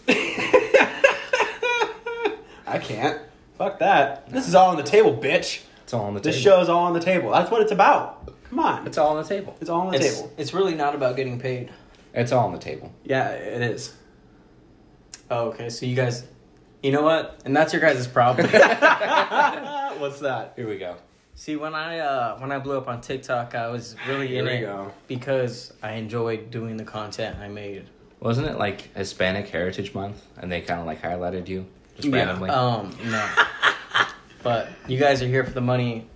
A: I can't. Fuck that. This is all on the table, bitch.
C: It's all on the
A: This
C: table.
A: show's all on the table. That's what it's about. Come on.
C: It's all on the table.
A: It's all on the
B: it's,
A: table.
B: it's really not about getting paid.
C: It's all on the table.
A: Yeah, it is.
B: Oh, okay. So you guys, you know what? And that's your guys' problem.
A: What's that?
C: Here we go.
B: See, when I uh, when I blew up on TikTok, I was really
A: Here
B: in
A: we
B: it
A: go.
B: because I enjoyed doing the content I made.
C: Wasn't it like Hispanic Heritage Month, and they kind of like highlighted you just
A: Yeah.
C: randomly?
B: Um, no, but you guys are here for the money.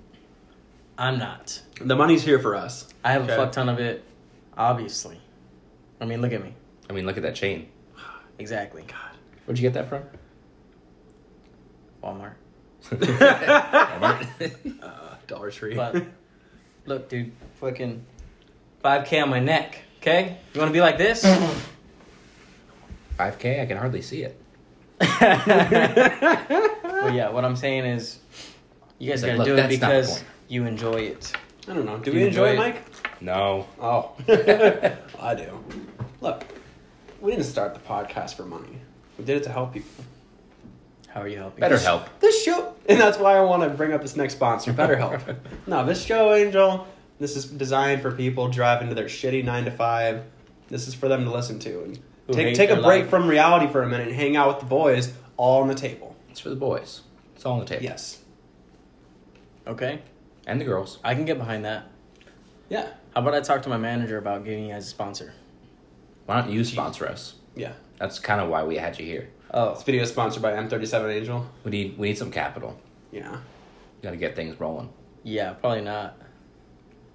B: I'm not.
A: The money's here for us.
B: I have
A: Okay.
B: a fuck ton of it, obviously. I mean, look at me.
C: I mean, look at that chain.
B: Exactly.
C: Where'd you get that from?
B: Walmart.
C: Walmart.
A: Uh, Dollar Tree.
B: But look, dude, fucking 5K on my neck. Okay, you want to be like this?
C: 5K. I can hardly see it.
B: Well, yeah, what I'm saying is, you guys
C: Like,
B: gotta
C: look,
B: do it
C: that's not the
B: because
C: point.
B: you enjoy it.
A: I don't know. Do,
B: you
A: we enjoy,
B: enjoy it?
A: Mike?
C: No.
A: Oh, I do. Look, we didn't start the podcast for money. We did it to help people.
B: How are you helping?
C: Better help.
A: This show, and that's why I want to bring up this next sponsor, BetterHelp. no, this show, Angel, this is designed for people driving to their shitty nine to five. This is for them to listen to and
B: Who
A: take
B: hate
A: take a
B: their
A: break
B: life.
A: from reality for a minute and hang out with the boys all on the table.
C: It's for the boys. It's all on the table.
A: Yes,
B: Okay,
C: and the girls.
B: I can get behind that.
A: Yeah.
B: How about I talk to my manager about getting you as a sponsor?
C: Why don't you sponsor us?
A: Yeah.
C: That's kind of why we had you here.
B: Oh,
A: This video is sponsored by M37 Angel.
C: We need we need some capital.
A: Yeah.
C: Got to get things rolling.
B: yeah, probably not.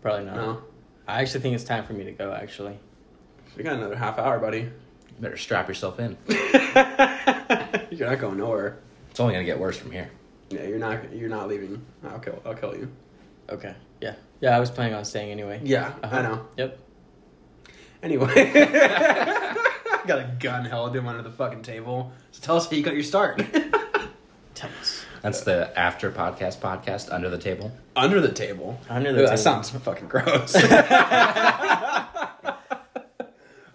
B: Probably not.
A: No.
B: I actually think it's time for me to go. Actually,
A: We got another half hour, buddy.
C: Better strap yourself in.
A: You're not going nowhere.
C: It's only gonna get worse from here.
A: Yeah, you're not. You're not leaving. I'll kill. I'll kill you.
B: okay, yeah, yeah. I was planning on staying anyway.
A: Yeah,
B: Uh-huh.
A: I know.
B: Yep.
A: Anyway, I got a gun held in under the fucking table. So tell us how you got your start.
B: Tell us.
C: That's the after podcast podcast under the table.
A: under the table.
B: Under
A: Ew,
B: the
A: That
B: table.
A: sounds fucking gross.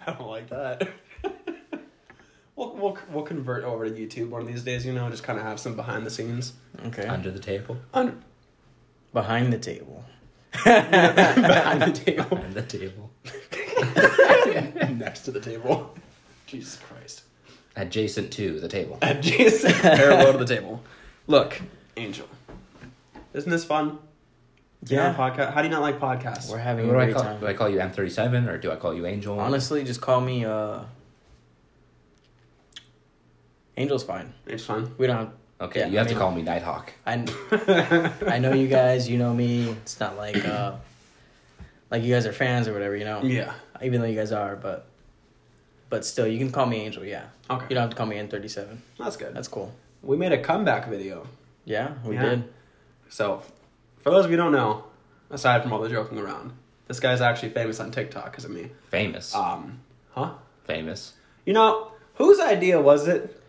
A: I don't like that. We'll, we'll, we'll convert over to YouTube one of these days, you know, just kind of have some behind the scenes.
B: Okay.
C: Under the table.
A: Under,
B: behind the table.
A: behind the table.
C: Under the table.
A: Next to the table. Jesus Christ.
C: Adjacent to the table.
A: Adjacent. Parallel to the table. Look, Angel. Isn't this fun? Yeah.
B: Yeah.
A: podcast. How do you not like podcasts?
B: We're having
C: What
B: a
C: do I
B: great
C: call?
B: time.
C: Do I call you M thirty seven or do I call you Angel?
B: Honestly, just call me uh Angel's fine.
A: It's fun.
B: We don't have
C: Okay,
B: Yeah,
C: you have
B: I
C: to
B: mean-
C: call me Nighthawk.
B: I I know you guys, you know me. It's not like uh like you guys are fans or whatever, you know.
A: Yeah.
B: Even though you guys are, but but still you can call me Angel, yeah.
A: Okay.
B: You don't have to call me N thirty seven.
A: That's good.
B: That's cool.
A: we made a comeback video.
B: Yeah, we
A: Yeah.
B: did.
A: So, for those of you who don't know, aside from all the joking around, this guy's actually famous on TikTok because of me.
C: Famous.
B: Ah.
A: Um, huh?
C: Famous.
A: You know, whose idea was it?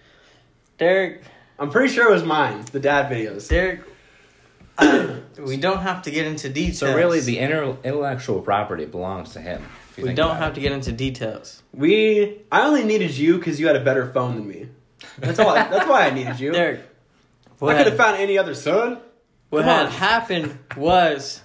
B: Derek
A: I'm pretty sure it was mine, the dad videos.
B: Derek we don't have to get into details.
C: So really, the inter- intellectual property belongs to him. if you
B: we
C: think
B: don't
C: about
B: have
C: it.
B: to get into details.
A: We, I only needed you because you had a better phone than me. That's all. I, that's why I needed you.
B: Derek,
A: I
B: what-
A: could have found any other son.
B: What
A: Come
B: had
A: on.
B: happened was,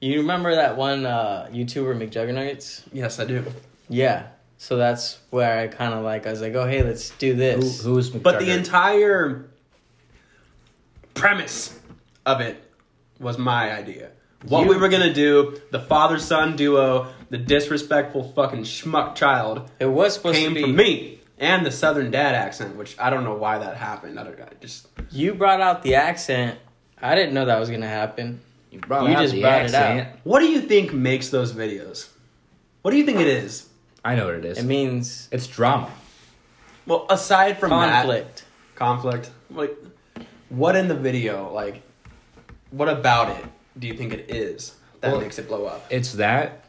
B: you remember that one uh, YouTuber McJuggernuggets?
A: Yes, I do.
B: Yeah. So that's where I kind of like I was like, oh hey, let's do this.
C: Who, who is
A: But the
C: McJugger-
A: entire premise of it was my idea. What
B: You-
A: we were gonna do, the father son duo, the disrespectful fucking schmuck child,
B: It was supposed
A: came
B: to be
A: from me and the southern dad accent, which I don't know why that happened. I don't. I just
B: You brought out the accent. I didn't know that was gonna happen.
C: you brought
B: you
C: out
B: just
C: the
B: brought it out.
C: accent.
A: what do you think makes those videos? What do you think it is?
C: I know what it is.
B: It means
C: it's drama.
A: Well, aside from that-
B: conflict.
A: conflict, like what in the video, like what about it? Do you think it is that
C: Well,
A: makes it blow up?
C: It's that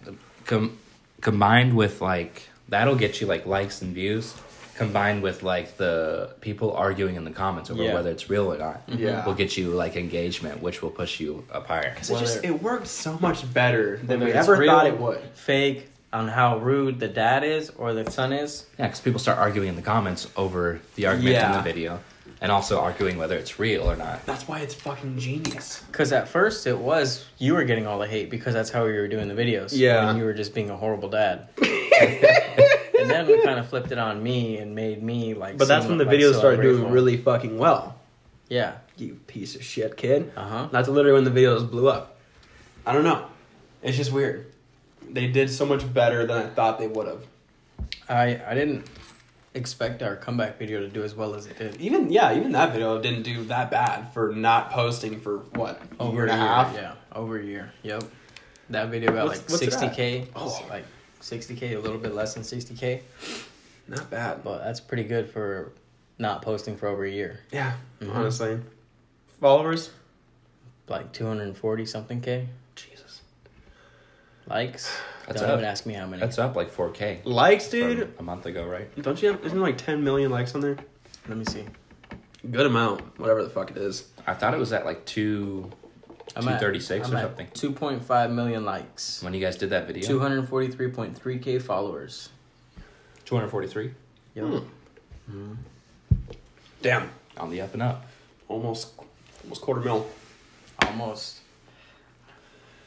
C: com- combined with like that'll get you like likes and views. Combined with like the people arguing in the comments over
B: Yeah.
C: whether it's real or not,
A: Yeah.
C: will get you like engagement, which will push you up higher.
A: So it just
B: Whether-
A: it worked so much better than
B: Whether
A: we
B: it's
A: ever
B: real,
A: thought it would.
B: Fake on how rude the dad is or the son is.
C: Yeah, because people start arguing in the comments over the argument in
A: Yeah.
C: the video, and also arguing whether it's real or not.
A: That's why it's fucking genius.
B: Because at first it was you were getting all the hate because that's how you were doing the videos.
A: Yeah.
B: And you were just being a horrible dad. and then we kind of flipped it on me and made me like.
A: But that's
B: seem
A: when the
B: like
A: videos
B: so
A: started doing
B: ungrateful.
A: really fucking well.
B: Yeah.
A: You piece of shit, kid.
B: Uh huh.
A: That's literally when the videos blew up. Uh-huh. I don't know. It's just weird. They did so much better than I thought they would have.
B: I I didn't expect our comeback video to do as well as it did.
A: Even yeah, even that video didn't do that bad for not posting for what a year and a half.
B: Yeah. Over a year. Yep. That video got
A: What's-
B: like
A: what's it
B: sixty k.
A: at? Oh.
B: Like sixty k, a little bit less than sixty k,
A: Not bad.
B: but that's pretty good for not posting for over a year.
A: Yeah, honestly, followers.
B: Like two hundred and forty something k.
A: Jesus,
B: likes.
C: That's
B: Don't
C: up.
B: even ask me how many.
C: That's up like 4K
A: likes,
C: from
A: dude.
C: a month ago, right?
A: Don't you have? Isn't it like ten million likes on there?
B: Let me see.
A: Good amount, whatever the fuck it is.
C: I thought it was at like two.
B: I'm at-
C: 236
B: I'm
C: or
B: at
C: something.
B: 2.5 million likes.
C: When you guys did that video,
B: 243.3k followers.
C: two hundred forty-three
B: Yep.
A: Hmm. Damn,
C: on the up and up.
A: almost, almost quarter mil.
B: Almost.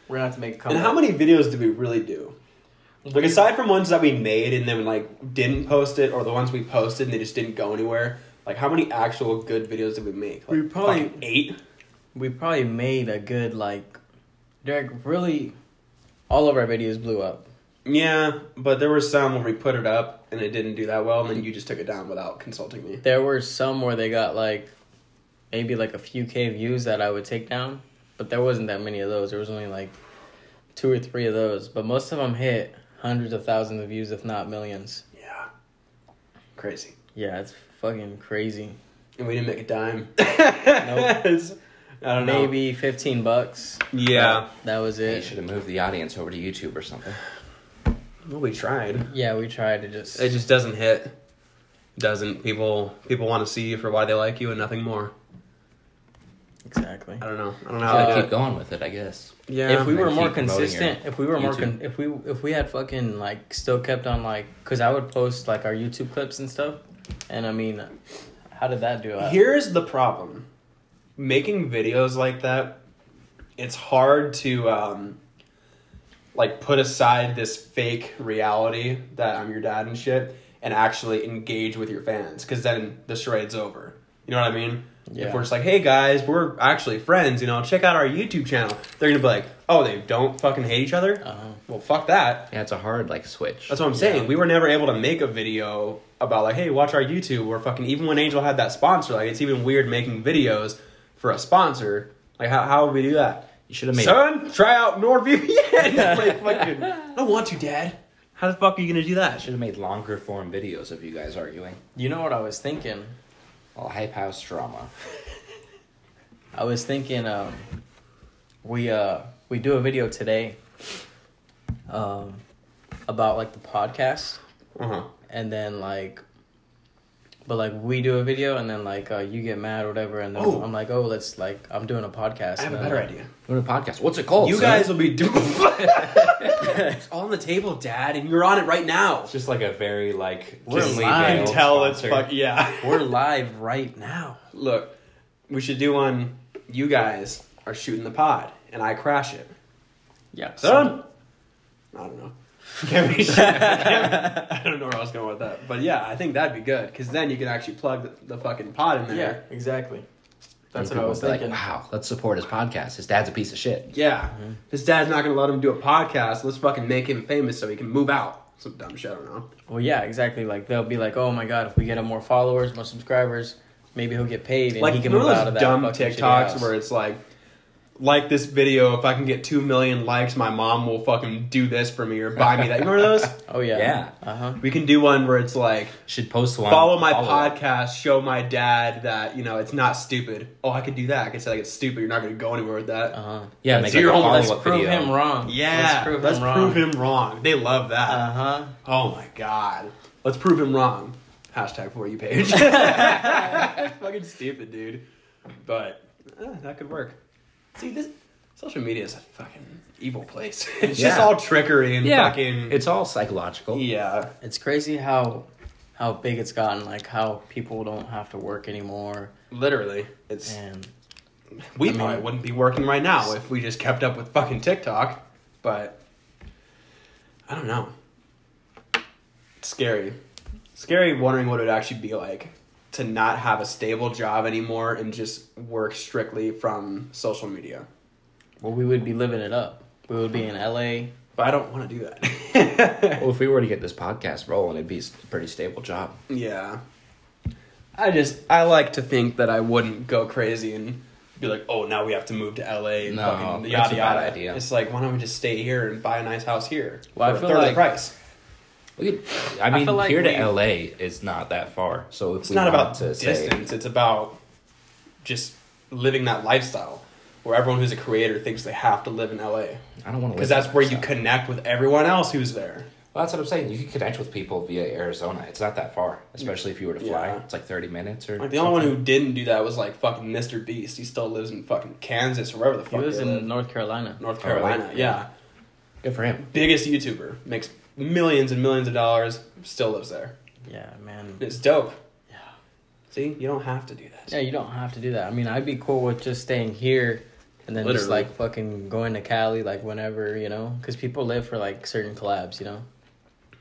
B: We're gonna have to make a
A: And
B: comeback.
A: how many videos did we really do? Like aside from ones that we made and then like didn't post it, or the ones we posted and they just didn't go anywhere. Like how many actual good videos did we make? Like
B: We probably-
A: fucking eight.
B: we probably made a good like Derek really all of our videos blew up.
A: Yeah, but there were some where we put it up and it didn't do that well, and then you just took it down without consulting me.
B: There were some where they got like maybe like a few K views that I would take down, but there wasn't that many of those. There was only like two or three of those, but most of them hit hundreds of thousands of views, if not millions.
A: Yeah. Crazy.
B: Yeah, it's fucking crazy.
A: And we didn't make a dime.
B: Nope.
A: I don't know.
B: Maybe fifteen bucks.
A: Yeah.
B: That was
C: They
B: it.
C: should have moved the audience over to YouTube or something.
A: Well, we tried.
B: Yeah, we tried to just.
A: It just doesn't hit. Doesn't people people want to see you for why they like you and nothing more?
B: Exactly.
A: I don't know. I don't know.
C: Gotta
A: How to
C: keep going with it, I guess.
A: Yeah.
B: If we
C: and
B: were
C: keep
B: more
C: promoting your
B: consistent, if we were more, con-
C: YouTube.
B: if we if we had fucking like still kept on like, cause I would post like our YouTube clips and stuff, and I mean, how did that do? I-
A: Here's the problem. Making videos like that, it's hard to um like put aside this fake reality that I'm your dad and shit and actually engage with your fans cuz then the charade's over. You know what I mean? If
B: Yeah.
A: we're just like, "Hey guys, we're actually friends, you know, check out our YouTube channel." They're going to be like, "Oh, they don't fucking hate each other?"
B: Uh-huh.
A: Well, fuck that.
C: Yeah, it's a hard like switch.
A: That's what I'm saying. We were never able to make a video about like, hey, watch our YouTube. Or fucking even when Angel had that sponsor, like it's even weird making videos for a sponsor. Like how how would we do that?
C: you should have made.
A: Son, try out NordVPN. like fucking, I don't want to, Dad. How the fuck are you gonna do that?
C: Should have made longer form videos of you guys arguing.
B: You know what I was thinking?
C: All hype house drama.
B: I was thinking, um, we uh we do a video today, um, about like the podcast,
A: Uh huh.
B: and then like. But like we do a video and then like uh, you get mad or whatever and then
A: Oh.
B: I'm like oh let's like I'm doing a podcast.
A: I have
B: and
A: a
B: then,
A: better
B: like,
A: idea.
C: Doing a podcast. What's it called?
A: You
C: son?
A: guys will be doing. it's all on the table, Dad, and you're on it right now.
C: It's just like a very like.
B: We're
C: thinly
B: lying.
C: veiled sponsor.
A: yeah.
B: We're live right now.
A: Look, we should do one. You guys are shooting the pod, and I crash it.
B: Yeah.
A: Son. I don't know. Can't be sure. I don't know where I was going with that, but yeah, I think that'd be good because then you could actually plug the, the fucking pod in
B: Yeah,
A: there.
B: exactly. That's
C: And
B: what I
C: people
B: was
C: be like,
B: thinking.
C: wow, let's support his podcast. His dad's a piece of shit.
A: Yeah,
B: Mm-hmm.
A: his dad's not gonna let him do a podcast. Let's fucking make him famous so he can move out. Some dumb shit. I don't know.
B: Well, yeah, exactly. Like they'll be like, "Oh my god, if we get him more followers, more subscribers, maybe he'll get paid and
A: Like
B: he can
A: one
B: move
A: of
B: out
A: those
B: of that."
A: dumb
B: fucking shitty
A: TikToks
B: house."
A: where it's like, like this video. If I can get two million likes, my mom will fucking do this for me or buy me that. You remember those?
B: Oh yeah.
C: Yeah.
B: Uh huh.
A: We can do one where it's like,
C: Should post one.
A: follow my
C: follow-up.
A: podcast, show my dad that, you know, it's not stupid. Oh, I could do that. I could say like it's stupid. You're not going to go anywhere with that.
B: Uh huh.
C: Uh-huh. Yeah,
A: That's
C: make
A: your
C: like a
A: own-
C: follow
A: let's
B: Let's
C: up
B: prove
C: video.
B: him wrong.
A: Yeah. Uh-huh. Let's prove, him, wrong. They love that.
B: Uh
C: Uh-huh.
B: huh.
A: oh my God. Let's prove him wrong. Hashtag for you page. Fucking stupid, dude. But eh, that could work. See, this social media is a fucking evil place. It's just
C: Yeah.
A: all trickery and
C: Yeah,
A: fucking.
C: it's all psychological.
A: yeah.
B: It's crazy how how big it's gotten. Like how people don't have to work anymore,
A: Literally. It's.
B: and
A: We
B: I mean-
A: probably wouldn't be working right now if we just kept up with fucking TikTok, but I don't know. It's scary. Scary wondering what it would actually be like to not have a stable job anymore and just work strictly from social media.
B: well, we would be living it up. We would be in L.A.
A: But I don't want to do that.
C: Well, if we were to get this podcast rolling, it'd be s- a pretty stable job.
A: yeah. I just I like to think that I wouldn't go crazy and be like, oh, now we have to move to LA and
C: No,
A: fucking
C: that's
A: yada
C: a
A: yada.
C: bad idea.
A: It's like, why don't we just stay here and buy a nice house here
B: Well, I
A: for
B: feel
A: a third of the
B: like-
A: price?
C: We could, I mean,
B: feel like
C: here
B: we-
C: to LA is not that far, so if
A: It's
C: we
A: not about
C: wanted to say,
A: distance. it's about just living that lifestyle where everyone who's a creator thinks they have to live in LA
C: I don't want to
A: because that's where you connect with everyone else who's there.
C: Well, that's what I'm saying. You can connect with people via Arizona. It's not that far, especially if you were to fly.
A: Yeah.
C: It's like 30 minutes or.
A: Like the only one who didn't do that was like fucking Mr. Beast. He still lives in fucking Kansas or wherever the
B: He
A: fuck
B: lives
A: they live.
B: in North Carolina.
A: North
C: Oh, really?
A: Carolina. Yeah,
C: good for him.
A: biggest YouTuber makes millions and millions of dollars. Still lives there.
B: Yeah, man.
A: It's dope.
B: Yeah.
A: See, you don't have to do that.
B: Yeah, you don't have to do that. I mean, I'd be cool with just staying here and then just
A: Literally.
B: like fucking going to Cali like whenever, you know? Because people live for like certain collabs, you know?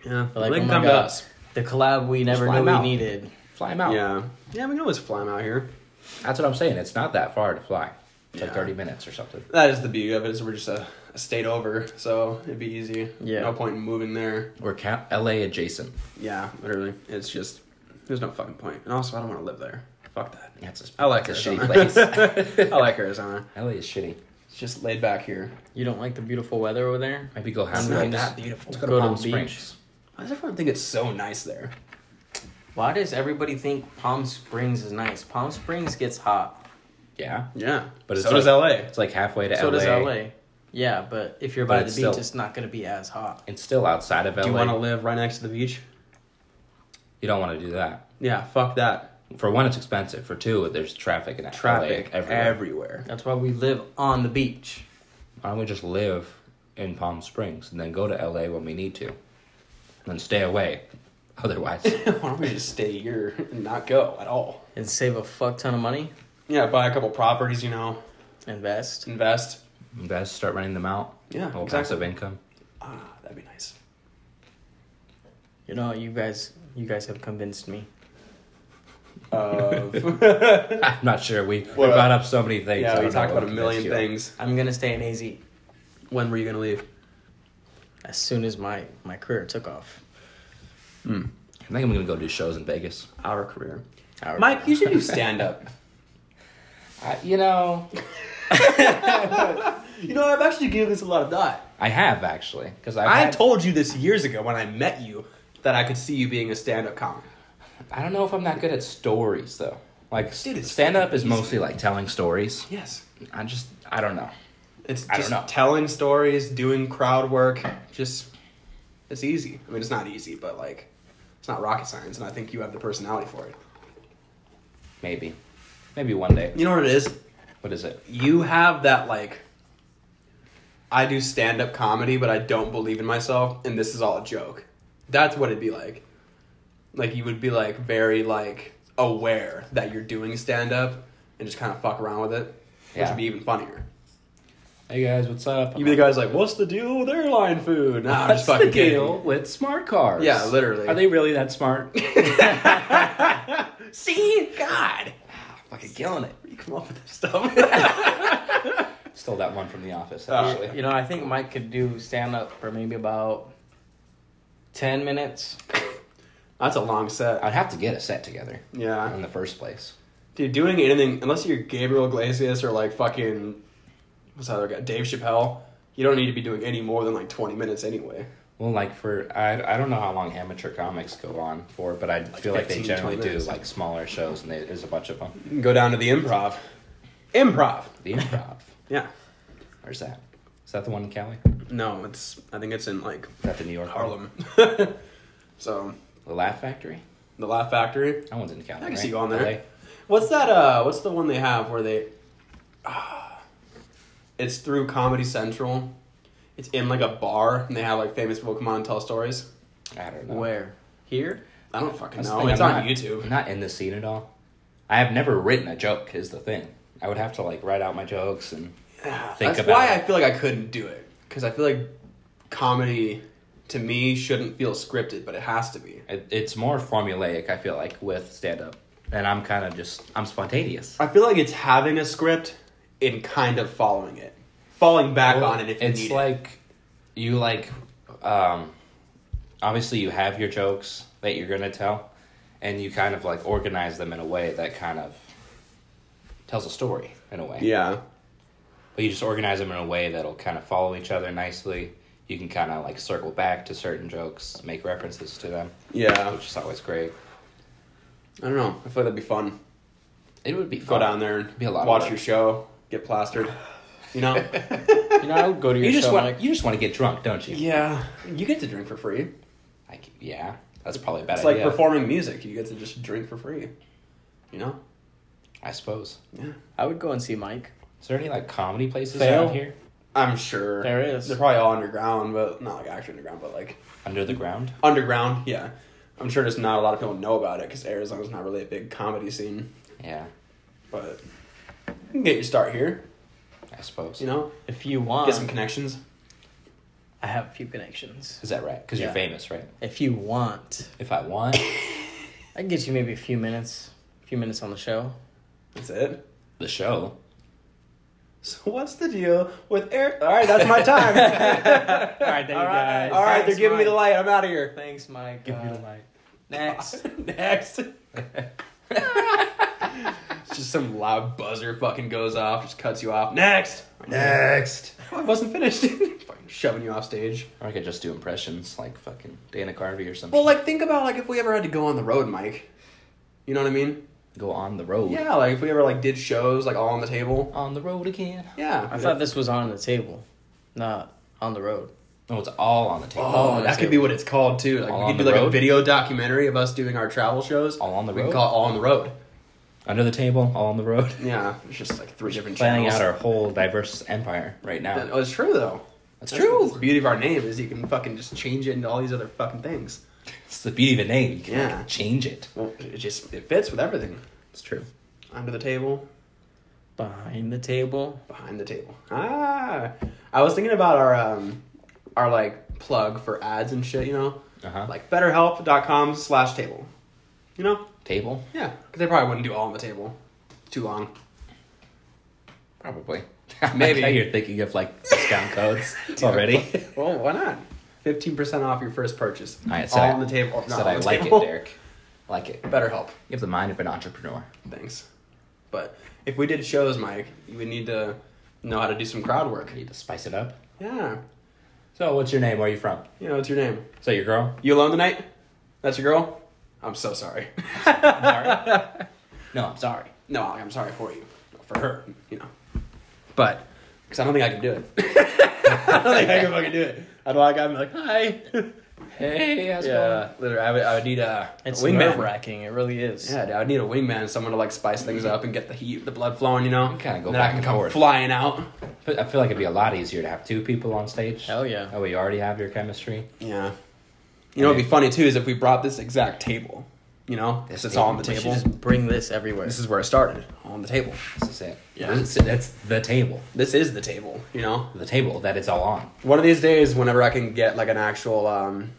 A: Yeah,
B: Like, oh my God. The collab we never
C: fly
B: knew we
C: them out.
B: needed.
C: Fly him out.
A: Yeah, yeah, we can always fly him out here.
C: That's what I'm saying. It's not that far to fly. It's like
A: Yeah.
C: 30 minutes or something.
A: That is the beauty of it. Is we're just a, a state over, so it'd be easy.
B: Yeah.
A: No point in moving there.
C: We're ca- LA adjacent.
A: Yeah, literally. It's just there's no fucking point. And also, I don't want to live there. Fuck that.
C: That's a,
A: I like
C: that's a
A: Arizona.
C: shitty place.
A: I like Arizona.
C: LA is shitty.
A: It's just laid back here.
B: You don't like the beautiful weather over there?
C: Maybe go
A: It's
C: halfway.
A: not
B: nice.
A: that beautiful.
C: Let's go to
B: Go to
C: Palm
B: the beach.
C: Springs.
A: Why does everyone think it's so nice there?
B: Why does everybody think Palm Springs is nice? Palm Springs gets hot.
C: Yeah,
A: Yeah,
C: But
A: but
C: it's
A: so does LA.
C: it's like halfway to
B: so
C: LA.
B: does LA. Yeah, but if you're by the
C: But
B: beach,
C: it's still-
B: it's not gonna be as hot.
C: It's still outside of LA.
A: Do
C: You,
A: you want to live right next to the beach?
C: don't want to do that.
A: Yeah, fuck that.
C: For one, it's expensive. For two, there's traffic in
A: Traffic
C: LA everywhere.
A: everywhere.
B: That's why we live on the beach.
C: Why don't we just live in Palm Springs and then go to LA when we need to, and then stay away. Otherwise,
A: Why don't we just stay here and not go at all?
B: And save a fuck ton of money.
A: Yeah, buy a couple properties, you know,
B: Invest.
A: invest.
C: you guys start running them out.
A: Yeah,
C: Little
A: exactly.
C: passive income.
A: Ah, that'd be nice.
B: You know, you guys you guys have convinced me.
A: Of
C: I'm not sure. We, we
A: Well,
C: brought up so many things. I
A: yeah, we
C: don't
A: talked
C: know what
A: about a million
C: convinced you.
A: things.
B: I'm gonna stay in AZ
A: When were you gonna leave?
B: as soon as my, my career took off.
C: I think I'm gonna go do shows in Vegas.
A: Our career.
B: Our-
A: Mike, you should do stand up.
C: I, you know,
A: you know, I've actually given this a lot of thought.
C: I have actually because I
A: I told you this years ago when I met you that I could see you being a stand up comic.
C: I don't know if I'm that good at stories though. Like
A: Dude, it's
C: stand up is
A: fucking easy.
C: mostly like telling stories.
A: Yes.
C: I just I don't know.
A: It's
C: I don't
A: just
C: know.
A: telling stories, doing crowd work. Just it's easy. I mean, it's not easy, but like it's not rocket science, and I think you have the personality for it.
C: Maybe, maybe one day.
A: You know what it is?
C: What is it?
A: You have that like I do stand up comedy, but I don't believe in myself, and this is all a joke. That's what it'd be like. Like you would be like very like aware that you're doing stand up and just kind of fuck around with it, which
C: Yeah.
A: would be even funnier.
C: Hey guys, what's up?
A: You'd be the guy's like, "What's the deal with airline food?" Nah, I'm
C: What's
A: just fucking
C: the
A: kidding.
C: deal with smart cars?
A: Yeah, literally.
C: Are they really that smart?
A: See, God,
C: Fucking killing it.
A: you come up with this stuff.
C: Stole that one from The Office.
A: Oh.
C: Actually,
B: You know, I think Mike could do stand up for maybe about 10 minutes.
A: That's a long set.
C: I'd have to get a set together
A: yeah,
C: in the first place.
A: dude, doing anything unless you're Gabriel Iglesias or like fucking what's that other guy, Dave Chappelle. You don't need to be doing any more than like 20 minutes anyway.
C: Well, like for I, I don't know how long amateur comics go on for, but I feel like they
A: 15, 20
C: generally do
A: minutes.
C: like smaller shows, and they, there's a bunch of them.
A: You can go down to the improv. Improv.
C: The Improv.
A: Yeah.
C: Where's that? Is that the one in Cali?
A: No, it's I think it's in like
C: Is that the New York one?
A: Harlem. so
C: The Laugh Factory?
A: the Laugh Factory.
C: That one's in Cali.
A: I can
C: right?
A: see you on there.
C: LA?
A: What's that? Uh, what's the one they have where they? it's through Comedy Central. It's in like a bar, and they have like famous people come on and tell stories.
C: I don't know.
B: Where? Here?
A: I don't fucking
C: Oh. That's the
A: know.
C: thing,
A: It's
C: I'm
A: on
C: not- I'm
A: YouTube.
C: not in the scene at all. I have never written a joke. Is the thing. I would have to like write out my jokes and
A: Yeah,
C: Think
A: That's
C: about
A: why
C: it.
A: I feel like I couldn't do it because I feel like comedy to me shouldn't feel scripted, but it has to be.
C: it, it's more formulaic. I feel like with stand up, and I'm kind of just I'm spontaneous.
A: I feel like it's having a script and kind of following it, falling back on it if you
C: it's
A: need
C: like you like um obviously you have your jokes that you're gonna tell and you kind of like organize them in a way that kind of tells a story in a way
A: it. Yeah.
C: but you just organize them in a way that'll kind of follow each other nicely you can kind of like circle back to certain jokes make references to them
A: Yeah.
C: which is always great
A: I don't know. I feel like that'd be fun.
C: it would be
A: go
B: Uh,
C: fun
A: down there and
C: Be a lot of
A: watch
C: work.
A: your show, get plastered. You know?
B: You know, I would go to your
C: you just
B: show,
C: want
B: Mike.
C: you just want to get drunk don't you
A: yeah. You get to drink for free.
C: like, yeah that's probably a bad
B: Uh,
A: It's like
C: idea
A: performing music. You get to just drink for free. You know?
C: i suppose
A: Yeah.
B: I would go and see Mike.
C: is there any like comedy places
B: Fail.
C: out here
A: I'm sure.
B: There is.
A: They're probably all underground, but not like actually underground, but like
C: under the ground
A: underground, yeah. I'm sure just not a lot of people know about it because Arizona's not really a big comedy scene,
C: yeah
A: but you can get your start here,
C: I suppose.
A: you know?
B: If you want,
A: Get some connections.
B: I have a few connections.
C: Is that right? Because
B: Yeah.
C: you're famous, right?
B: If you want,
C: If I want,
B: I can get you maybe a few minutes, a few minutes on the show.
A: That's it.
C: the show.
A: So what's the deal with air? All right, that's my time.
B: All right, thank you
C: All right.
B: guys.
A: All right, they're
B: Thanks,
A: giving me the
B: Mike.
A: light. I'm out of here.
B: Thanks, Mike.
C: Give me
B: Uh,
C: the light.
B: Next.
A: Next. It's just some loud buzzer fucking goes off, just cuts you off. Next.
C: Next.
A: I wasn't finished. fucking shoving you off stage.
C: Or I could just do impressions like fucking Dana Carvey or something.
A: Well, like think about like if we ever had to go on the road, Mike. You know what I mean?
C: go on the road.
A: Yeah, like if we ever like did shows like all on the table.
C: On the road again.
A: Yeah.
B: I thought this was on the table, not on the road.
C: No, it's all on the table.
A: Oh,
B: on the
A: that could
B: table.
A: be what it's called too. Like
C: All
A: we
C: on
A: could do
C: the
A: like a
C: road?
A: video documentary of us doing our travel shows.
C: All on the
A: We can
C: road?
A: call it all on the road.
C: Under the table, all on the road.
A: Yeah, it's just like three different
C: Planning
A: channels.
C: out our whole diverse empire right now.
A: That- oh, it's true though.
C: That's
A: The beauty of our name is you can fucking just change it into all these other fucking things.
C: It's the beauty of a name. You can
A: Yeah.
C: like, change it.
A: Well, it just it fits with everything.
C: It's true.
A: Under the table,
B: Behind the table.
A: behind the table. Ah, I was thinking about our um our like plug for ads and shit. You know,
C: Uh huh. Like
A: like BetterHelp.com slash table. You know,
C: table,
A: yeah, because they probably wouldn't do all on the table. Too long.
C: probably. I like
A: Maybe.
C: how you're thinking of like discount codes already.
A: Well, why not? Fifteen percent off your first purchase.
C: I said
A: all
C: I-
A: on the table.
C: I
A: not
C: said
A: on
C: I
A: the
C: like
A: table.
C: it, Derek. I Like it. You
A: BetterHelp.
C: have the mind of an entrepreneur.
A: Thanks. But if we did shows, Mike, you would need to know how to do some crowd work.
C: I need to spice it up.
A: Yeah.
C: So, what's your name? Where are you from?
A: You know, what's your name?
C: Is that your girl?
A: You alone tonight? That's your girl? I'm so sorry.
C: I'm sorry. no, I'm sorry.
A: no, I'm sorry for you. For her, you know. But, because I don't think I can do it. I don't think I can fucking do it. I'd like, I'd be like, hi.
C: Hey, how's it
A: yeah, literally, I would, I would need a,
B: It's
A: a wingman.
B: nerve wracking. It really is.
A: Yeah, dude, I'd need a wingman, someone to like spice things up and get the heat, the blood flowing, you know?
C: kinda go
A: And then
C: back
A: I can
C: and
A: come
C: forth.
A: flying out.
C: But I feel like it'd be a lot easier to have two people on stage.
B: Hell yeah.
C: Oh, we already have your chemistry.
A: Yeah. You know, what'd be funny too is if we brought this exact table. You know, this it's all on the
B: We should
A: table.
B: just bring this everywhere.
A: This is where it started. On the table.
C: This is it.
A: Yeah.
C: This- that's the table.
A: This is the table. You know,
C: The table that it's all on.
A: one of these days, whenever I can get like an actual um,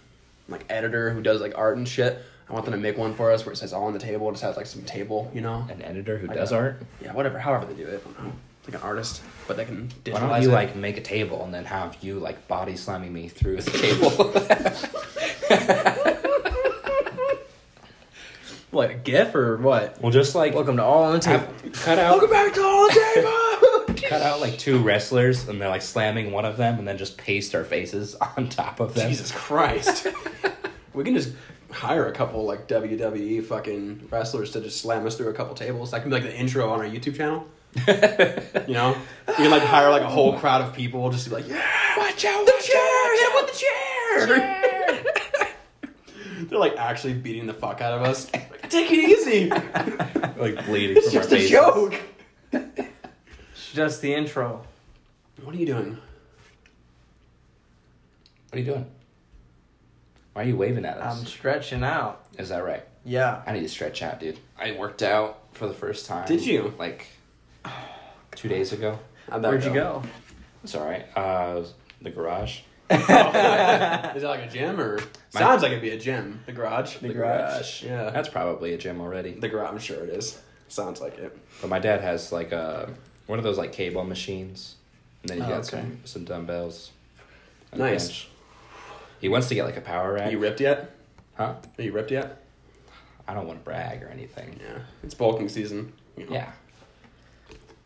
A: like editor who does like art and shit, I want them to make one for us where it says all on the table. It just has like some table. You know,
C: An editor who
A: I
C: does
A: know.
C: art.
A: yeah, whatever. However they do it, I don't know. Like an artist, but they can digitalize
C: Why don't you
A: it.
C: like make a table and then have you like body slamming me through the table?
A: what a GIF or what?
C: well, just like
B: Welcome to All on the
C: have-
B: Table.
C: cut out
A: back to all the table.
C: cut out like two wrestlers and they're like slamming one of them and then just paste our faces on top of them.
A: Jesus Christ. we can just hire a couple like WWE fucking wrestlers to just slam us through a couple tables. That can be like the intro on our YouTube channel. you know? You can like hire like a whole crowd of people just to be like, yeah, watch out, the chair, hit with the chair. They're like actually beating the fuck out of us. Like, Take it easy.
C: Like bleeding
A: It's
C: from our
A: just a
C: faces.
A: joke.
B: Just the intro.
A: What are you doing?
C: What are you doing? Why are you waving at us?
B: I'm
A: Um,
B: stretching out.
C: Is that right?
B: Yeah.
C: I need to stretch out, dude. I worked out for the first time.
A: Did you?
C: Like two days ago.
A: How'd that
B: Where'd you go?
C: It's all right. Uh, the garage.
A: Is that like a gym or?
C: My-
A: Sounds like it'd be a gym. The garage. The,
B: garage.
A: Yeah.
C: That's probably a gym already.
A: The garage, I'm sure it is. Sounds like it.
C: But my dad has like a one of those like cable machines, and then he
B: Oh,
C: got
B: okay.
C: some some dumbbells. and a
A: Nice.
C: bench. He wants to get like a power rack.
A: you ripped yet?
C: huh?
A: Are you ripped yet?
C: I don't want to brag or anything.
A: Yeah. It's bulking season. You know,
C: Yeah.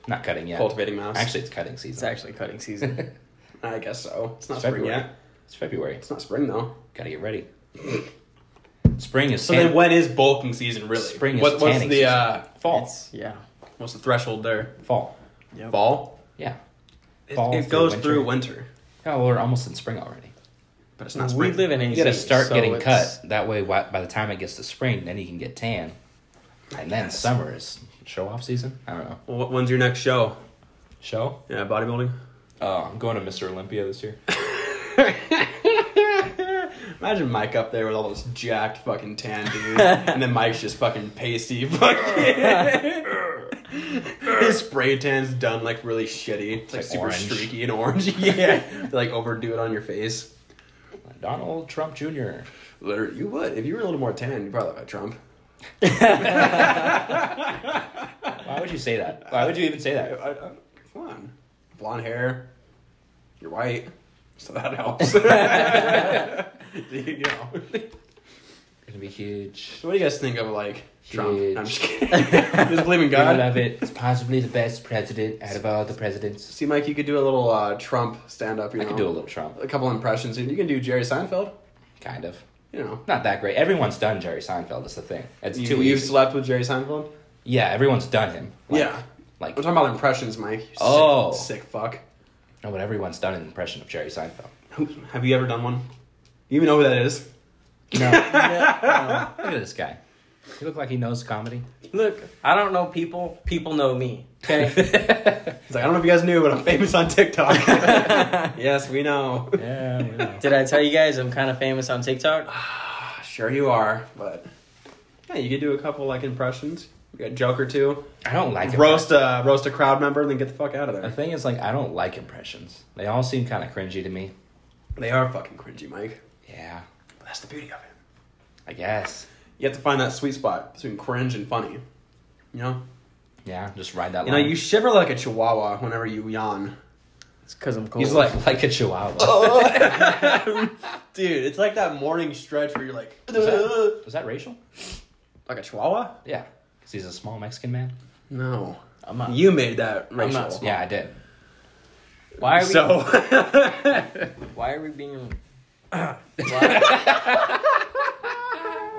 C: Not cutting yet.
A: Cultivating mouse.
C: Actually, it's cutting season.
B: It's actually cutting season.
A: I guess so. It's not
C: It's
A: spring
C: February.
A: yet.
C: It's February.
A: It's not spring though.
C: Gotta get ready. Spring is
A: So
C: tan-
A: then, when is bulking season really?
C: Spring is
A: What- What's
C: tanning
A: the
C: season.
A: uh,
C: fall.
B: It's- yeah.
A: what's the threshold there?
C: fall.
B: Yep.
A: Fall.
C: Yeah.
A: It,
C: Fall
A: it
C: through
A: goes
C: winter.
A: through winter,
C: Yeah, well, we're almost in spring already.
A: but it's not
B: We
A: spring.
B: live in AC.
C: You gotta start
B: so
C: getting
B: it's-
C: cut. That way, why, by the time it gets to spring, then you can get tan. And then summer is show off season. I don't know.
A: Well, what- when's your next show?
C: Show?
A: Yeah, bodybuilding.
C: Oh, I'm going to Mr. Olympia this year.
A: Imagine Mike up there with all those jacked fucking tan dudes, and then Mike's just fucking pasty. Fucking his spray tan's done like really shitty. It's like,
C: Like
A: super
C: orange.
A: streaky and orange. yeah, They, like overdo it on your face.
C: Donald Trump Jr.
A: Literally, you would if you were a little more tan. You probably have Trump.
C: Why would you say that? Why would you even say
A: I,
C: that?
A: I, I, come on, blonde hair. You're white, so that helps. you know.
C: Gonna be huge.
A: So what do you guys think of like Trump?
C: Huge.
A: I'm just kidding. just believe in God.
C: I love it. It's possibly the best president out of all the presidents.
A: See, Mike, you could do a little uh, Trump stand up. You
C: I
A: know,
C: could do a little Trump,
A: a couple impressions, and you can do Jerry Seinfeld.
C: kind of.
A: You know,
C: Not that great. Everyone's done Jerry Seinfeld. Is the thing. It's
A: you,
C: too
A: you've
C: easy.
A: slept with Jerry Seinfeld.
C: yeah, everyone's done him. Like-
A: yeah,
C: Like
A: we're talking about impressions, Mike. you sick-
C: Oh.
A: sick, fuck.
C: no, but everyone's done an impression of Jerry Seinfeld.
A: Who- Have you ever done one? You even know who that is?
C: No.
B: Yeah,
C: Look at this guy. He look like he knows comedy.
B: no. Look, I don't know people. People know me. Okay.
C: yeah,
A: He's like, I don't know if you guys knew, but I'm famous on TikTok. yes, we know.
C: we know.
B: Did I tell you guys I'm kind of famous on TikTok?
A: Sure you are, but yeah, you could do a couple like impressions. You got a joke or two.
C: I don't like it.
A: Roast a roast a crowd member, and then get the fuck out of
C: The
A: there.
C: thing is, like, I don't like impressions. They all seem kind of cringy to me.
A: They are fucking cringy, Mike.
C: Yeah,
A: But that's the beauty of it.
C: I guess.
A: You have to find that sweet spot between cringe and funny. You know,
C: Yeah, just ride that
A: you know,
C: line.
A: you shiver like a chihuahua whenever you yawn.
B: It's because I'm cool.
A: He's like,
C: like a chihuahua.
A: Oh. dude, it's like that morning stretch where you're like,
C: Was, that, was that racial?
A: like a chihuahua.
C: Yeah, because he's a small Mexican man.
A: No,
B: I'm not.
A: you made that racial.
B: not small.
C: Yeah, I did.
B: why are we?
A: So
B: Why are we being? why,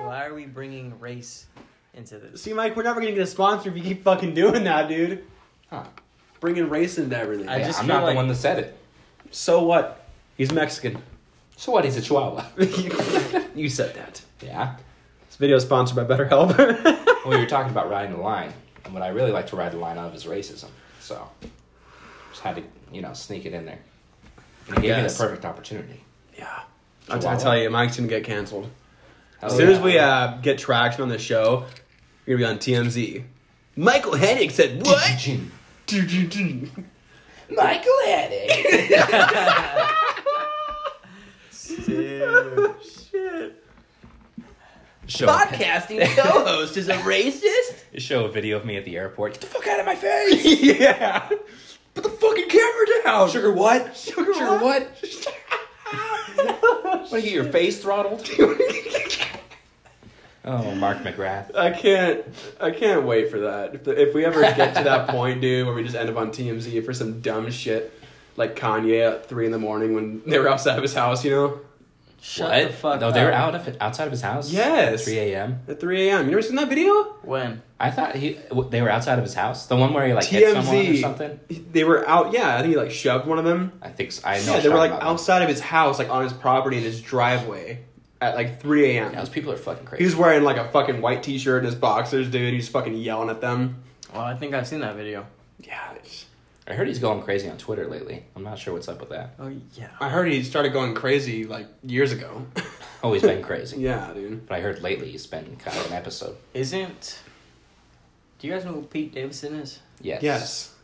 B: why are we bringing race into this?
A: see, Mike, we're never gonna get a sponsor if you keep fucking doing that, dude.
C: Huh.
A: Bringing race into everything.
B: I
C: Yeah,
B: just
C: I'm
B: feel
C: not
B: like-
C: the one that said it.
A: So what? He's Mexican.
C: So what? He's a chihuahua.
A: you said that.
C: yeah.
A: This video is sponsored by BetterHelp.
C: Well, we were talking about riding the line, and what I really like to ride the line of is racism. So just had to, you know, sneak it in there. And he gave me the
A: Yes.
C: perfect opportunity.
A: yeah. I, t- I tell you, Mike's gonna get canceled. As
C: Hell
A: soon
C: Oh, yeah.
A: as we uh, get traction on this show, you're gonna be on TMZ. Michael Hennig said
C: "Oh,
A: what?
C: Gin.
B: Michael Haddock. Dude.
A: Shit.
C: Show,
A: Podcasting co-host is a racist.
C: show a video of me at the airport. Get the fuck out of my face!
A: yeah. Put the fucking camera down.
C: Sugar what?
A: Sugar
C: Sugar what?
A: what?
C: Want to get your face throttled? Oh, Mark McGrath.
A: I can't. I can't wait for that. If, if we ever get to that point, dude, where we just end up on TMZ for some dumb shit, like Kanye at three in the morning when they were outside of his house, you know,
B: Shut the fuck
C: no,
B: up.
C: they were out of outside of his house.
A: Yes.
C: 3 a.m.
A: at three a.m. You ever seen that video?
B: When?
C: I thought he w- they were outside of his house. The one where he like hit someone or
A: TMZ.
C: something.
A: They were out. Yeah, I think he like shoved one of them.
C: I think s I know.
A: Yeah, they were like
C: outside.
A: outside of his house, like on his property in his driveway, at like three a.m.
C: Those people are fucking crazy.
A: He was wearing like a fucking white t-shirt and his boxers, dude. He's fucking yelling at them.
B: Well, I think I've seen that video.
A: Yeah. it's-
C: I heard he's going crazy on Twitter lately. I'm not sure what's up with that.
B: Oh yeah.
A: I heard he started going crazy like years ago.
C: Always Oh, been crazy.
A: yeah, dude.
C: But I heard lately he's been kind of an episode.
B: Isn't? Do you guys know who Pete Davidson is?
C: Yes.
A: Yes.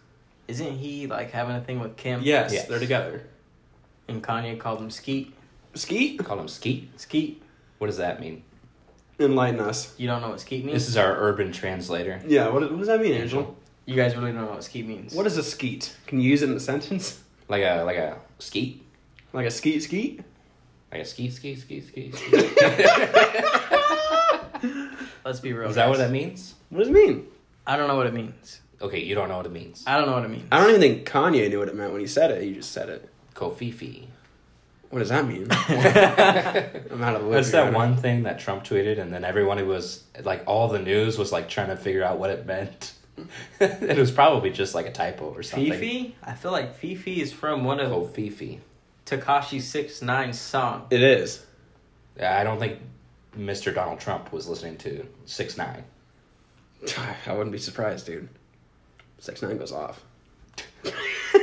B: Isn't he like having a thing with Kim?
A: Yes,
C: Yes.
A: they're together.
B: And Kanye called him Skeet.
A: Skeet,
C: Call him Skeet.
B: Skeet.
C: What does that mean?
A: enlighten us.
B: You don't know what Skeet means.
C: This is our urban translator.
A: Yeah, what, what does that mean, Angel?
B: you guys really don't know what Skeet means.
A: What is a skeet? Can you use it in a sentence?
C: Like a like a skeet.
A: Like a skeet skeet?
C: Like a skeet skeet skeet skeet. skeet.
B: Let's be real.
C: Is that what
B: guys.
C: that means?
A: What does it mean?
B: I don't know what it means.
C: Okay, you don't know what it means.
B: I don't know what it means.
A: I don't even think Kanye knew what it meant when he said it. He just said it.
C: Kofifi.
A: What does that mean? I'm out of the loop.
C: That's
A: here.
C: that one thing that Trump tweeted, and then everyone who was like, all the news was like trying to figure out what it meant. it was probably just like a typo or something. Oh,
B: Fifi? I feel like Fifi is from one of
C: Kofifi.
B: Takashi Six Nine song.
A: It is.
C: I don't think Mr. Donald Trump was listening to Six Nine.
A: I wouldn't be surprised, dude. Six nine goes off.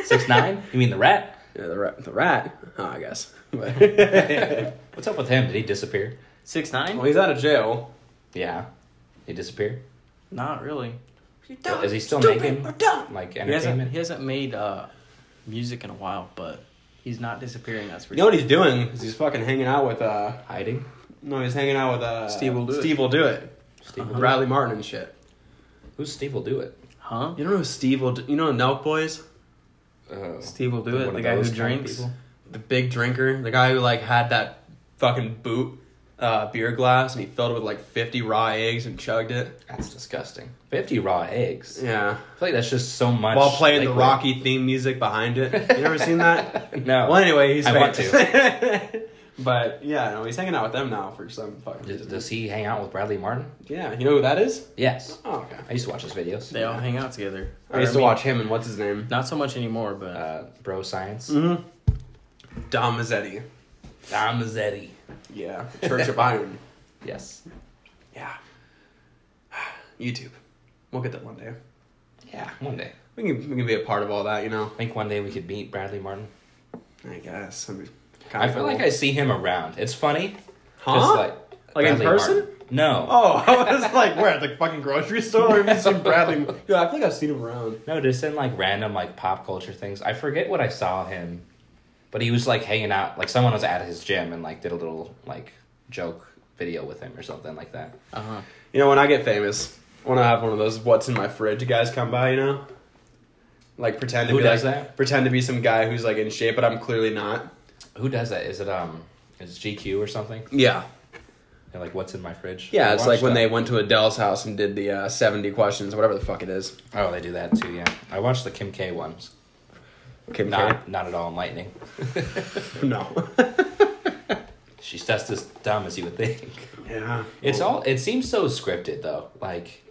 C: Six Nine? You mean the rat?
A: Yeah, the rat. The rat. Oh, I guess. But-
C: What's up with him? Did he disappear?
B: Six Nine?
C: Oh,
A: well, he's out of jail.
C: Yeah, he disappeared.
B: Not really.
C: Is he still making like
B: He hasn't,
C: entertainment?
B: he hasn't made uh, music in a while, but he's not disappearing. That's for
A: You know what he's doing? Is he's fucking hanging out with uh.
C: Hiding.
A: No, he's hanging out with uh.
B: Steve will do it.
A: Steve will do it.
C: Steve will do it.
A: Bradley Martin and shit.
C: Who's Steve will do it?
B: Huh?
A: You don't know who Steve will do. You know Nelk Boys?
C: Uh,
B: Steve will do
C: One
B: it.
C: of
B: The guy who
C: those kind of
B: drinks.
C: people.
A: the big drinker, the guy who like had that fucking boot uh, beer glass and he filled it with like fifty raw eggs and chugged it.
C: that's disgusting. Fifty raw eggs.
A: Yeah,
C: I feel like that's just so much.
A: while playing
C: like,
A: the Rocky theme music behind it. You ever seen that?
C: no.
A: Well, anyway, he's
C: I want
A: famous. but yeah, no, he's hanging out with them now for some fucking
C: Does,
A: reason.
C: does he hang out with Bradley Martin?
A: Yeah, you know who that is?
C: Yes.
A: Oh, okay.
C: I used to watch his videos.
B: They all hang out together.
A: I used
B: Or,
A: to
B: mean,
A: watch him and what's his name?
B: Not so much anymore, but
C: Uh, bro science.
A: Mm-hmm. Dom Mazzetti.
C: Dom Mazzetti.
A: Yeah. Church of Iron.
C: Yes.
A: Yeah. YouTube. We'll get that one day.
C: Yeah. One day.
A: We can, we can be a part of all that, you know?
C: I think one day we could meet Bradley Martin.
A: I guess. I, mean,
C: I feel like I see him around. It's funny.
A: Huh?
C: Like,
A: Like in
C: Bradley
A: person?
C: Martin. No.
A: Oh, I was like, we're at the fucking grocery store. Have you seen Bradley? Dude, I feel like I've seen him around.
C: No, just in like random like pop culture things. I forget what I saw him, but he was like hanging out. Like someone was at his gym and like did a little like joke video with him or something like that.
B: uh huh.
A: You know, when I get famous, when I have one of those "What's in my fridge" guys come by, you know, like pretend to
C: Who
A: be
C: does
A: like,
C: that?
A: pretend to be some guy who's like in shape, but I'm clearly not.
C: Who does that? Is it um, is it GQ or something?
A: Yeah,
C: They're like, what's in my fridge?
A: yeah.
C: I
A: It's like
C: watched
A: when they
C: that.
A: went to Adele's house and did the uh, seventy questions, whatever the fuck it is.
C: Oh, they do that too. Yeah, I watched the Kim K ones.
A: Kim
C: Not not at all enlightening.
A: K. No.
C: She's just as dumb as you would think.
A: yeah.
C: It's all. It seems so scripted though. Like,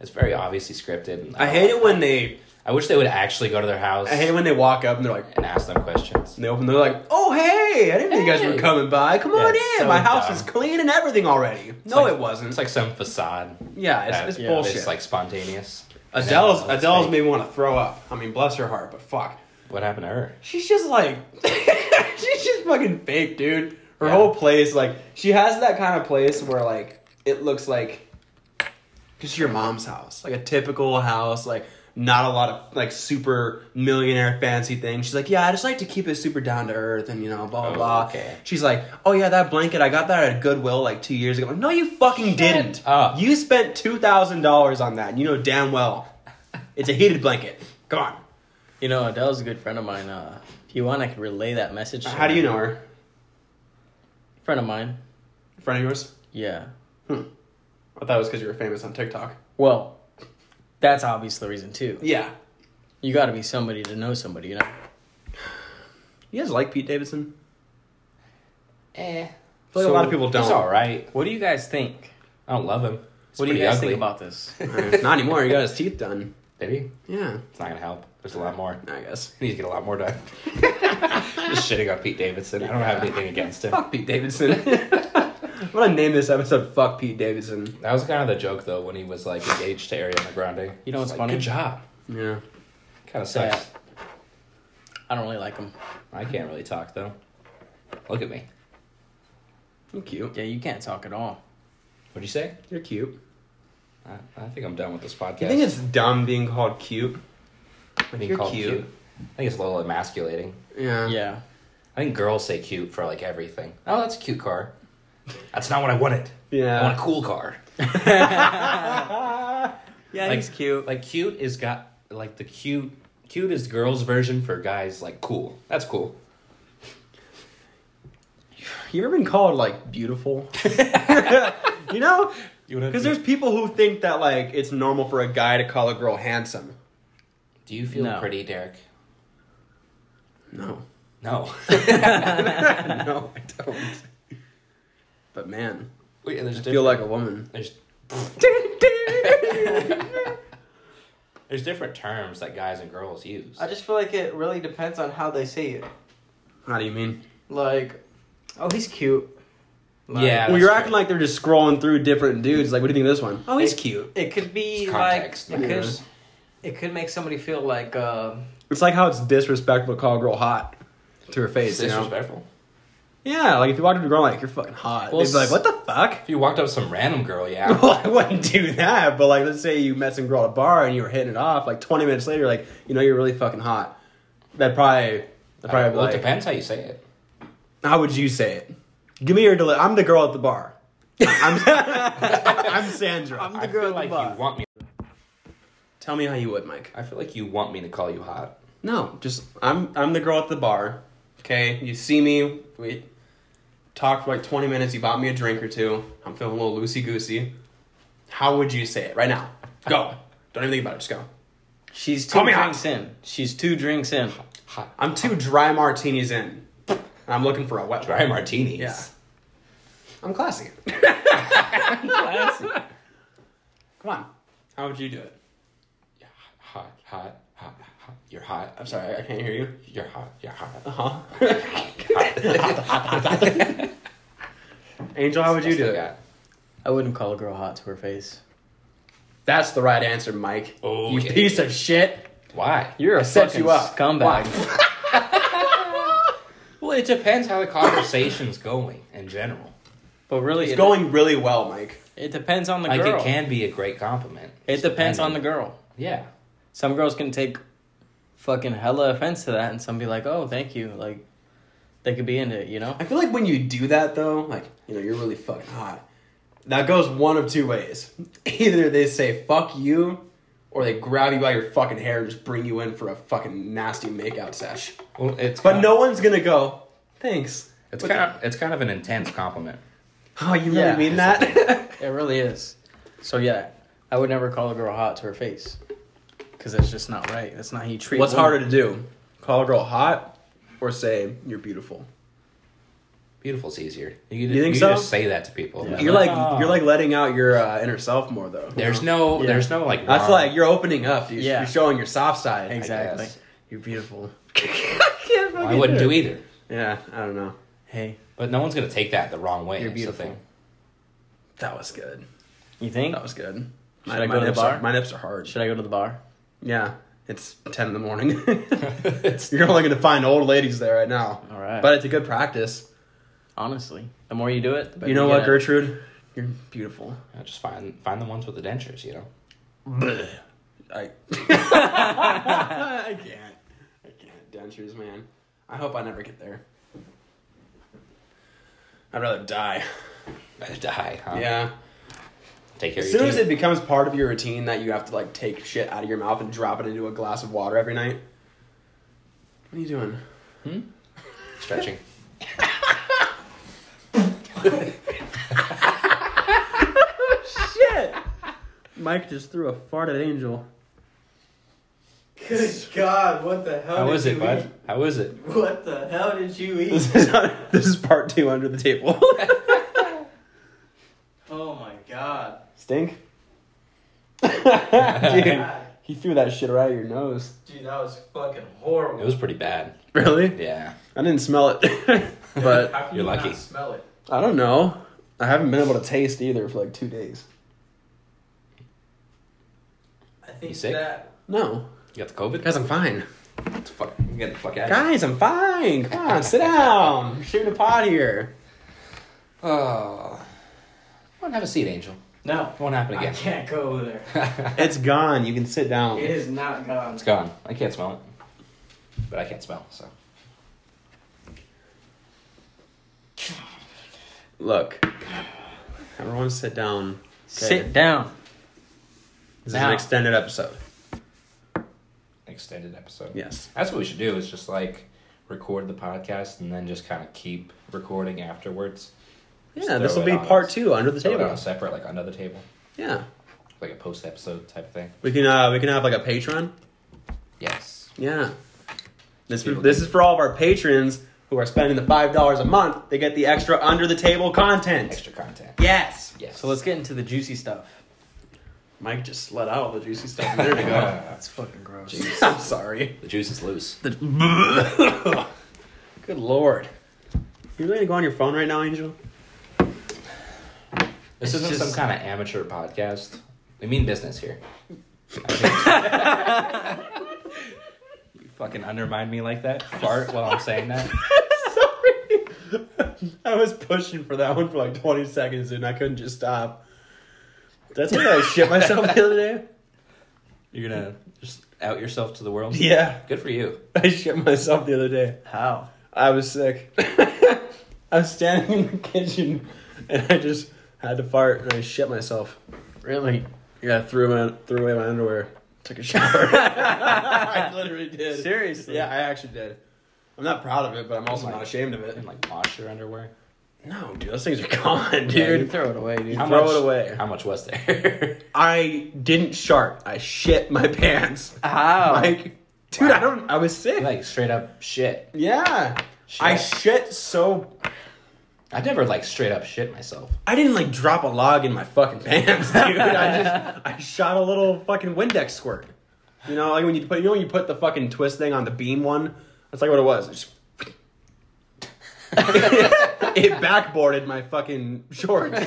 C: it's very obviously scripted. And
A: I hate it when they.
C: I wish they would actually go to their house
A: I hate it when they walk up and they're like.
C: and ask them questions.
A: And they open. They're like, "Oh hey, I didn't know you guys were
C: Hey.
A: coming by. Come
C: Yeah,
A: on in.
C: it's so
A: My house
C: dumb.
A: is clean and everything already." no,
C: like-
A: it wasn't.
C: It's like some facade.
A: yeah, it's,
C: that-
A: it's
B: yeah,
A: bullshit.
C: It's like spontaneous.
A: Adele's
C: And then it's
A: Adele's
C: fake.
A: made me want to throw up. I mean, bless her heart, but fuck.
C: What happened to her?
A: She's just like she's just fucking fake, dude. Her
C: Yeah.
A: whole place, like she has that kind of place where like it looks like just your mom's house, like a typical house, like not a lot of like super millionaire fancy things. She's like, yeah, I just like to keep it super down to earth and you know blah blah
C: Oh,
A: blah.
C: okay.
A: She's like, oh yeah, that blanket I got that at Goodwill like two years ago. I'm like, no, you fucking didn't.
C: up.
A: You spent two thousand dollars on that. And you know damn well it's a heated blanket. Come on.
B: You know, Adele's a good friend of mine. Uh, if you want, I could relay that message. to
A: Uh, How do
B: her.
A: you know her?
B: Friend of mine.
A: Friend of yours?
B: Yeah.
A: Hmm. I thought it was because you were famous on TikTok.
B: Well, that's obviously the reason too.
A: Yeah.
B: You got to be somebody to know somebody, you know.
A: You guys like Pete Davidson?
C: Eh.
A: I feel like a lot of people don't.
C: It's all right.
B: What do you guys think?
C: I don't love him. He's
B: what do you
C: pretty
B: guys
C: ugly.
B: think about this?
A: Not anymore. He got his teeth done.
C: Did he?
A: Yeah.
C: It's not gonna help. There's a lot more.
A: I guess.
C: He needs to get a lot more done. Just shitting on Pete Davidson. I don't have anything against him.
A: Fuck Pete Davidson. I'm gonna name this episode "Fuck Pete Davidson."
C: That was kind of the joke though when he was like engaged to Ariana Grande.
B: You know what's
C: It's like,
B: funny?
C: Good job.
A: Yeah.
C: Kind of sucks.
B: I don't really like him.
C: I can't really talk though. Look at me.
A: You're cute.
B: Yeah, you can't talk at all.
C: What'd you say?
A: You're cute.
C: I, I think I'm done with this podcast.
A: You think it's dumb being called cute? Like,
C: being
A: you're
C: called
A: cute.
C: cute. I think it's a little emasculating.
A: Yeah.
B: Yeah.
C: I think girls say cute for like everything. Oh, that's a cute car. That's not what I wanted. I want a
A: Yeah.
C: cool car.
B: Yeah,
C: Like-
B: he's cute.
C: Like cute is got like the cute cute is girls version for guys like cool. That's cool.
A: You ever been called like beautiful? you know,
C: You wanna
A: because there's people who think that like it's normal for a guy to call a girl handsome.
C: Do you feel
B: No.
C: pretty, Derek?
A: No.
C: No.
A: no, I don't. But man,
C: Wait, there's
A: I feel like a woman.
C: there's there's different terms that guys and girls use.
B: I just feel like it really depends on how they say it.
A: How do you mean?
B: Like, oh, he's cute.
C: Yeah.
A: well,
C: that's
A: you're
C: true.
A: acting like they're just scrolling through different dudes. Like, what do you think of this one? Oh,
B: Hey.
A: cute.
B: It could be
C: It's context
B: like it could,
C: matters.
B: it could make somebody feel like uh,
A: It's like how it's disrespectful to call a girl hot to her face.
C: It's
A: You know?
C: disrespectful.
A: Yeah, like if you walked up to a girl like you're fucking hot,
C: Well,
A: they'd be like,
C: s-
A: "What the fuck?"
C: If you walked up to some random girl, yeah.
A: Well, I wouldn't do that, but like, let's say you met some girl at a bar and you were hitting it off. Like, 20 minutes later, like, you know, you're really fucking hot. That probably, that probably
C: well, it
A: like,
C: depends how you say it.
A: How would you say it? Give me your deli- I'm the girl at the bar. I'm, I'm Sandra.
C: I feel like you want me.
A: Tell me how you would, Mike.
C: I feel like you want me to call you hot.
A: No, just I'm I'm the girl at the bar. Okay, you see me. We talked for like twenty minutes. You bought me a drink or two. I'm feeling a little loosey goosey. How would you say it right now? Go. Don't even think about it. Just go.
B: She's two
A: Call me out.
B: drinks in. She's two drinks in.
C: Hot
A: I'm two dry martinis in. And I'm looking for a wet
C: dry
A: one.
C: martinis.
A: Yeah. I'm classy.
B: Classy.
A: Come on. How would you do it?
C: Yeah, Hot, hot, hot, hot. You're hot.
A: I'm sorry, I can't hear you.
C: You're hot. You're hot.
A: Uh huh. Angel, how would you do it?
B: I wouldn't call a girl hot to her face.
A: That's the right answer, Mike. You
C: Okay.
A: piece of shit.
C: Why?
B: You're a
A: set
B: fucking
A: you up.
B: scumbag.
A: Why?
C: Well, it depends how the conversation's going in general.
B: But really,
A: It's
B: it,
A: going really well, Mike.
B: it depends on the
C: Like
B: girl.
C: it can be a great compliment.
B: It depends on the girl.
C: Yeah.
B: Some girls can take fucking hella offense to that, and some be like, "Oh, thank you." Like they could be into it, you know.
A: I feel like when you do that though, like you know, you're really fucking hot. That goes one of two ways. Either they say fuck you, or they grab you by your fucking hair and just bring you in for a fucking nasty makeout sesh.
C: Well, it's
A: But
C: kind-
A: no one's gonna go. Thanks.
C: It's
A: But-
C: kind of it's kind of an intense compliment.
A: Oh, you really
B: Yeah.
A: mean that?
B: It really is. So yeah, I would never call a girl hot to her face, because that's just not right. That's not how you treat.
A: What's
B: women.
A: harder to do? Call a girl hot, or say you're beautiful?
C: Beautiful's easier. You,
A: You think
C: you
A: so?
C: just say that to people.
B: Yeah.
A: You're like
B: Oh.
A: you're like letting out your uh, inner self more though.
C: There's no
B: Yeah.
C: there's no like
A: That's
C: wrong-
A: like you're opening up. You're,
B: Yeah.
A: you're showing your soft side. I
B: Exactly.
A: guess. You're beautiful. I can't fucking
C: I wouldn't do
A: it.
C: either.
A: Yeah, I don't know.
B: Hey,
C: But no one's gonna take that the wrong way.
B: You're
C: It's the
B: beautiful.
C: thing.
A: That was good.
B: you think?
A: That was good.
B: Should I go to the
A: nips
B: bar?
A: Are, my nips are hard.
B: Should I go to the bar?
A: Yeah, it's ten in the morning.
C: It's-
A: You're only going to find old ladies there right now.
B: All right.
A: But it's a good practice.
B: Honestly, the more you do it, the better
A: you know
B: get
A: what,
B: at it.
A: Gertrude? You're beautiful.
C: Yeah, just find find the ones with the dentures. You know.
A: I. I can't. I can't. Dentures, man. I hope I never get there. I'd rather die.
C: Better die. Huh?
A: Yeah.
C: Take care.
A: As
C: of
A: soon
C: your
A: as
C: teeth.
A: it becomes part of your routine that you have to like take shit out of your mouth and drop it into a glass of water every night. What are you doing?
C: stretching.
A: Shit! Mike just threw a fart at Angel.
D: Good God, what the hell?
C: How
D: did
C: was it,
D: you
C: bud? How was it?
D: eat? What the hell did you eat?
A: This is, this is part two under the table.
D: oh my God.
A: Stink? Dude,
D: God.
A: he threw that shit right out of your nose.
D: Dude, that was fucking
C: It
D: horrible.
C: was pretty bad.
A: Really?
C: Yeah.
A: I didn't smell it. but
D: How can
C: You're
D: you
C: lucky.
D: Not smell it.
A: I don't know. I haven't been able to taste either for like two days.
D: I think
C: sick?
D: that.
A: No.
C: You got the COVID.
A: Guys, I'm fine.
C: Get the fuck, get the fuck out. of here.
A: Guys, I'm fine. Come on, sit down. We're shooting a pot here.
C: Oh. Come on, have a seat, Angel.
D: No,
C: Won't happen
D: I
C: again.
D: can't go over there.
A: It's gone. You can sit down.
D: It is not gone.
C: It's gone. I can't smell it. But I can't smell, so.
A: Look. Everyone sit down.
B: Sit down.
A: This is
B: now.
A: an extended episode.
C: Extended episode.
A: Yes.
C: That's what we should do is just like record the podcast and then just kind of keep recording afterwards. Just
A: Yeah, this
C: throw
A: will
C: it
A: be
C: on
A: part
C: us.
A: two under the
C: Throw it on
A: table.
C: a separate, like under the table.
A: Yeah.
C: Like a post episode type thing.
A: We can uh we can have like a patron.
C: Yes.
A: Yeah. This
C: People
A: this
C: can-
A: is for all of our patrons who are spending the five dollars a month. They get the extra under the table content.
C: Extra content.
A: Yes.
C: Yes.
B: So let's get into the juicy stuff.
A: Mike just let out all the juicy stuff a minute ago.
B: That's fucking gross.
A: I'm sorry.
C: the juice is loose.
A: Good lord. You really gonna go on your phone right now, Angel?
C: This
B: It's
C: isn't
B: just-
C: some kind of amateur podcast. We mean business here. you fucking undermine me like that? Fart while I'm saying that?
A: Sorry. I was pushing for that one for like 20 seconds and I couldn't just stop. That's when I shit myself the other day.
C: You're gonna just out yourself to the world?
A: Yeah,
C: Good for you.
A: I shit myself the other day.
B: How?
A: I was sick. I was standing in the kitchen and I just had to fart and I shit myself.
B: Really?
A: Yeah, I threw my threw away my underwear. Took a shower. I literally did.
B: Seriously.
A: Yeah, I actually did. I'm not proud of it, but I'm also not ashamed of
C: And
A: it.
C: like wash your underwear.
A: No, dude, those things are gone,
B: Yeah, you
A: dude.
B: throw it away, dude.
A: How Throw it away.
C: How much was there?
A: I didn't shart. I shit my pants.
B: How?
A: Like, dude,
C: Wow.
A: I don't. I was sick.
C: like straight up shit.
A: yeah,
C: shit.
A: I
C: I
A: shit so
C: I've never like straight up shit myself.
A: I didn't like drop a log in my fucking pants, dude. I just I shot a little fucking Windex squirt. You know, like when you put you know when you put the fucking twist thing on the beam one. That's like what it was. It Just it backboarded my fucking shorts.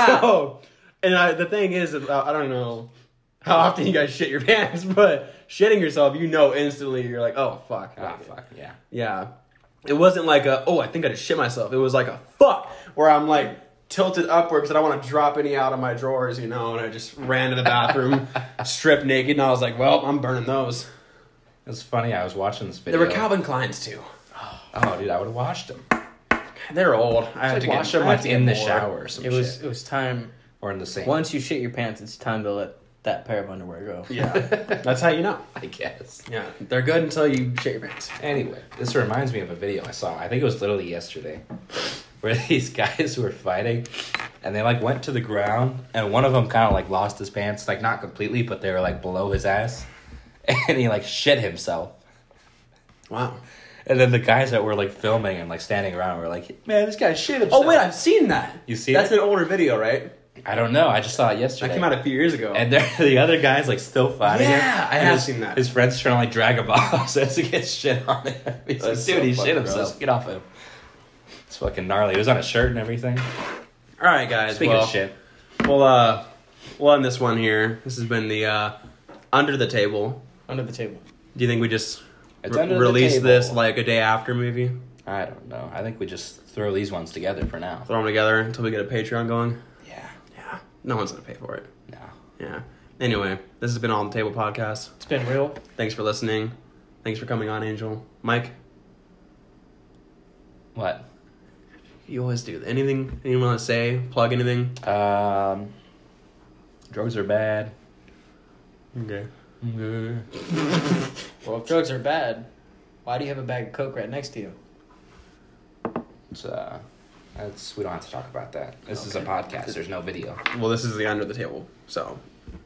A: So, and I, the thing is, uh, I don't know how often you guys shit your pants, but shitting yourself, you know instantly. You're like, oh fuck,
C: Ah, fuck yeah.
A: yeah. It wasn't like a, oh, I think I just shit myself. It was like a fuck, where I'm like tilted upward because I don't want to drop any out of my drawers, you know, and I just ran to the bathroom, stripped naked, and I was like, well, I'm burning those.
C: It's funny. I was watching this
A: There
C: video.
A: were Calvin Klein's too.
C: Oh, dude, I would have washed them.
A: They're old. I have
C: Like
A: to
C: wash
A: get,
C: them
A: I have
C: like
A: to get
C: in the
A: more.
C: shower or some
B: It was
C: shit,
B: it was time.
C: or in the sink.
B: Once you shit your pants, it's time to let that pair of underwear go.
A: Yeah, that's how you know.
C: I guess.
A: Yeah, they're good until you shit your pants.
C: Anyway, this reminds me of a video I saw. I think it was literally yesterday, where these guys were fighting, and they like went to the ground, and one of them kind of like lost his pants, like not completely, but they were like below his ass, and he like shit himself.
A: Wow.
C: And then the guys that were like filming and like standing around were like, "Man, this guy shit himself."
A: Oh wait, I've seen that.
C: You see
A: That's
C: it?
A: an older video, right?
C: I don't know. I just saw it yesterday.
A: That came out a few years ago.
C: and there, the other guy's like still fighting. him,
A: Yeah, I
C: and
A: have
C: his-
A: seen that.
C: His friend's trying to like drag him off, so he gets shit on him. He's like, dude,
A: That's so
C: he
A: fucking
C: shit himself.
A: gross.
C: Get off him. It's fucking gnarly. It was on a shirt and everything.
A: All right, guys.
C: Speaking
A: well,
C: of shit,
A: Well, uh, we'll end this one here. This has been the uh, under the table.
B: Under the table.
A: Do you think we just
C: It's
A: re-
C: under the
A: release
C: table.
A: this like a day after movie?
C: I don't know. I think we just throw these ones together for now.
A: Throw them together until we get a Patreon going.
C: Yeah.
A: Yeah, no one's gonna pay for it.
C: No.
A: Yeah. Anyway, this has been on the table podcast.
B: It's been real.
A: Thanks for listening. Thanks for coming on, Angel. Mike,
C: What?
A: you always do. Anything anyone want to say? Plug anything?
C: Um. Drugs are bad.
A: Okay. Mm-hmm.
B: Well, if drugs are bad, why do you have a bag of coke right next to you?
C: It's uh. That's we don't have to talk about that. This is a podcast. There's no video.
A: Well, this is the under the table, so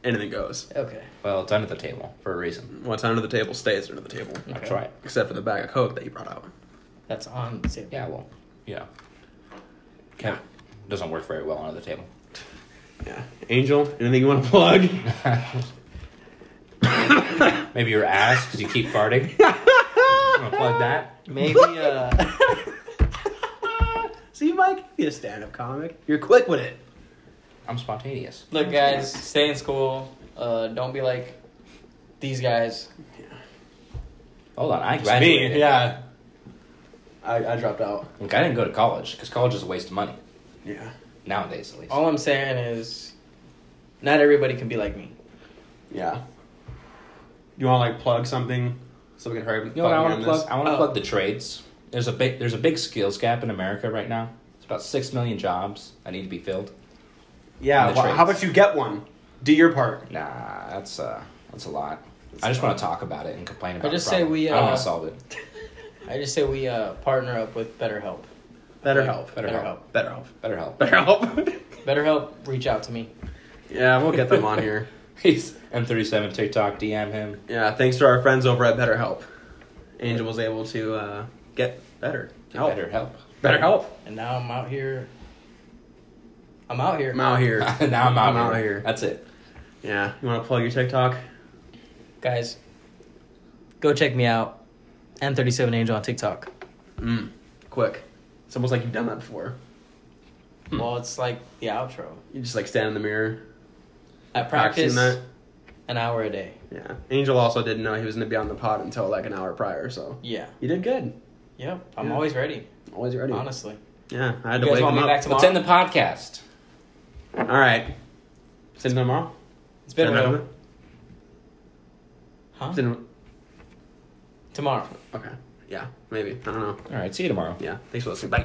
A: anything goes.
B: Okay.
C: Well, it's under the table for a reason.
A: What's under the table stays under the table,
C: That's
B: Okay.
C: right.
A: except for the bag of coke that you brought out.
B: That's on the table.
C: Yeah. Well. Yeah. Can't, doesn't work very well under the table.
A: Yeah. Angel, anything you want to plug?
C: Maybe your ass because you keep farting. I'm gonna plug that.
B: Maybe uh
A: See, Mike, be a stand-up comic. You're quick with it.
C: I'm spontaneous.
B: Look guys, stay in school. Uh don't be like these guys.
C: Hold on, I
A: It's
C: graduated.
A: yeah. I, I dropped out.
C: Like I didn't go to college because college is a waste of money
A: Yeah.
C: nowadays, at least.
B: All I'm saying is not everybody can be like me.
A: Yeah. You want to like plug something so we can hurry up and
C: You know what I
A: fucking
C: want to
A: end
C: plug?
A: this?
C: I want to
B: Oh.
C: plug the trades. There's a big there's a big skills gap in America right now. It's about six million jobs that need to be filled.
A: Yeah.
C: And the
A: wh- how
C: trades.
A: about you get one? Do your part.
C: Nah, that's uh that's a lot. I just want to talk about it and complain about.
B: I just
C: the
B: say
C: problem.
B: we,
C: I don't
B: uh,
C: want to solve it.
B: I just say we uh partner up with BetterHelp.
A: Better help.
C: Better help.
A: Better help.
C: Better help.
A: Better help.
B: BetterHelp, reach out to me.
A: yeah, we'll get them on here.
C: He's M37 TikTok. DM him.
A: Yeah, thanks to our friends over at BetterHelp, Angel was able to uh, get better.
C: Get Better help.
A: Better help.
B: And now I'm out here. I'm out here.
A: I'm out here.
C: now I'm out,
A: I'm out
C: here.
A: here.
C: That's it.
A: Yeah, you want to plug your TikTok?
B: Guys, go check me out. M37 Angel on TikTok.
A: Mm. Quick. It's almost like you've done that before. Hmm.
B: Well, it's like the outro.
A: You just like stand in the mirror,
B: I
A: practicing
B: practice
A: that.
B: an hour a day.
A: Yeah. Angel also didn't know he was gonna be on the pod until like an hour prior, so
B: Yeah.
A: you did good.
B: Yep. I'm
A: Yeah. Hmm.
B: always ready.
A: Always ready.
B: Honestly.
A: Yeah, I had to
B: You guys
A: wake
B: want
A: him
B: me
A: up.
B: back tomorrow?
C: What's in the podcast?
A: All right. Send him tomorrow.
B: It's been
A: Send
B: real.
A: him-
B: Huh?
A: send him-
B: Tomorrow.
A: Okay. Yeah. Maybe. I don't know.
C: All right. See you tomorrow.
A: Yeah. Thanks for listening. Bye.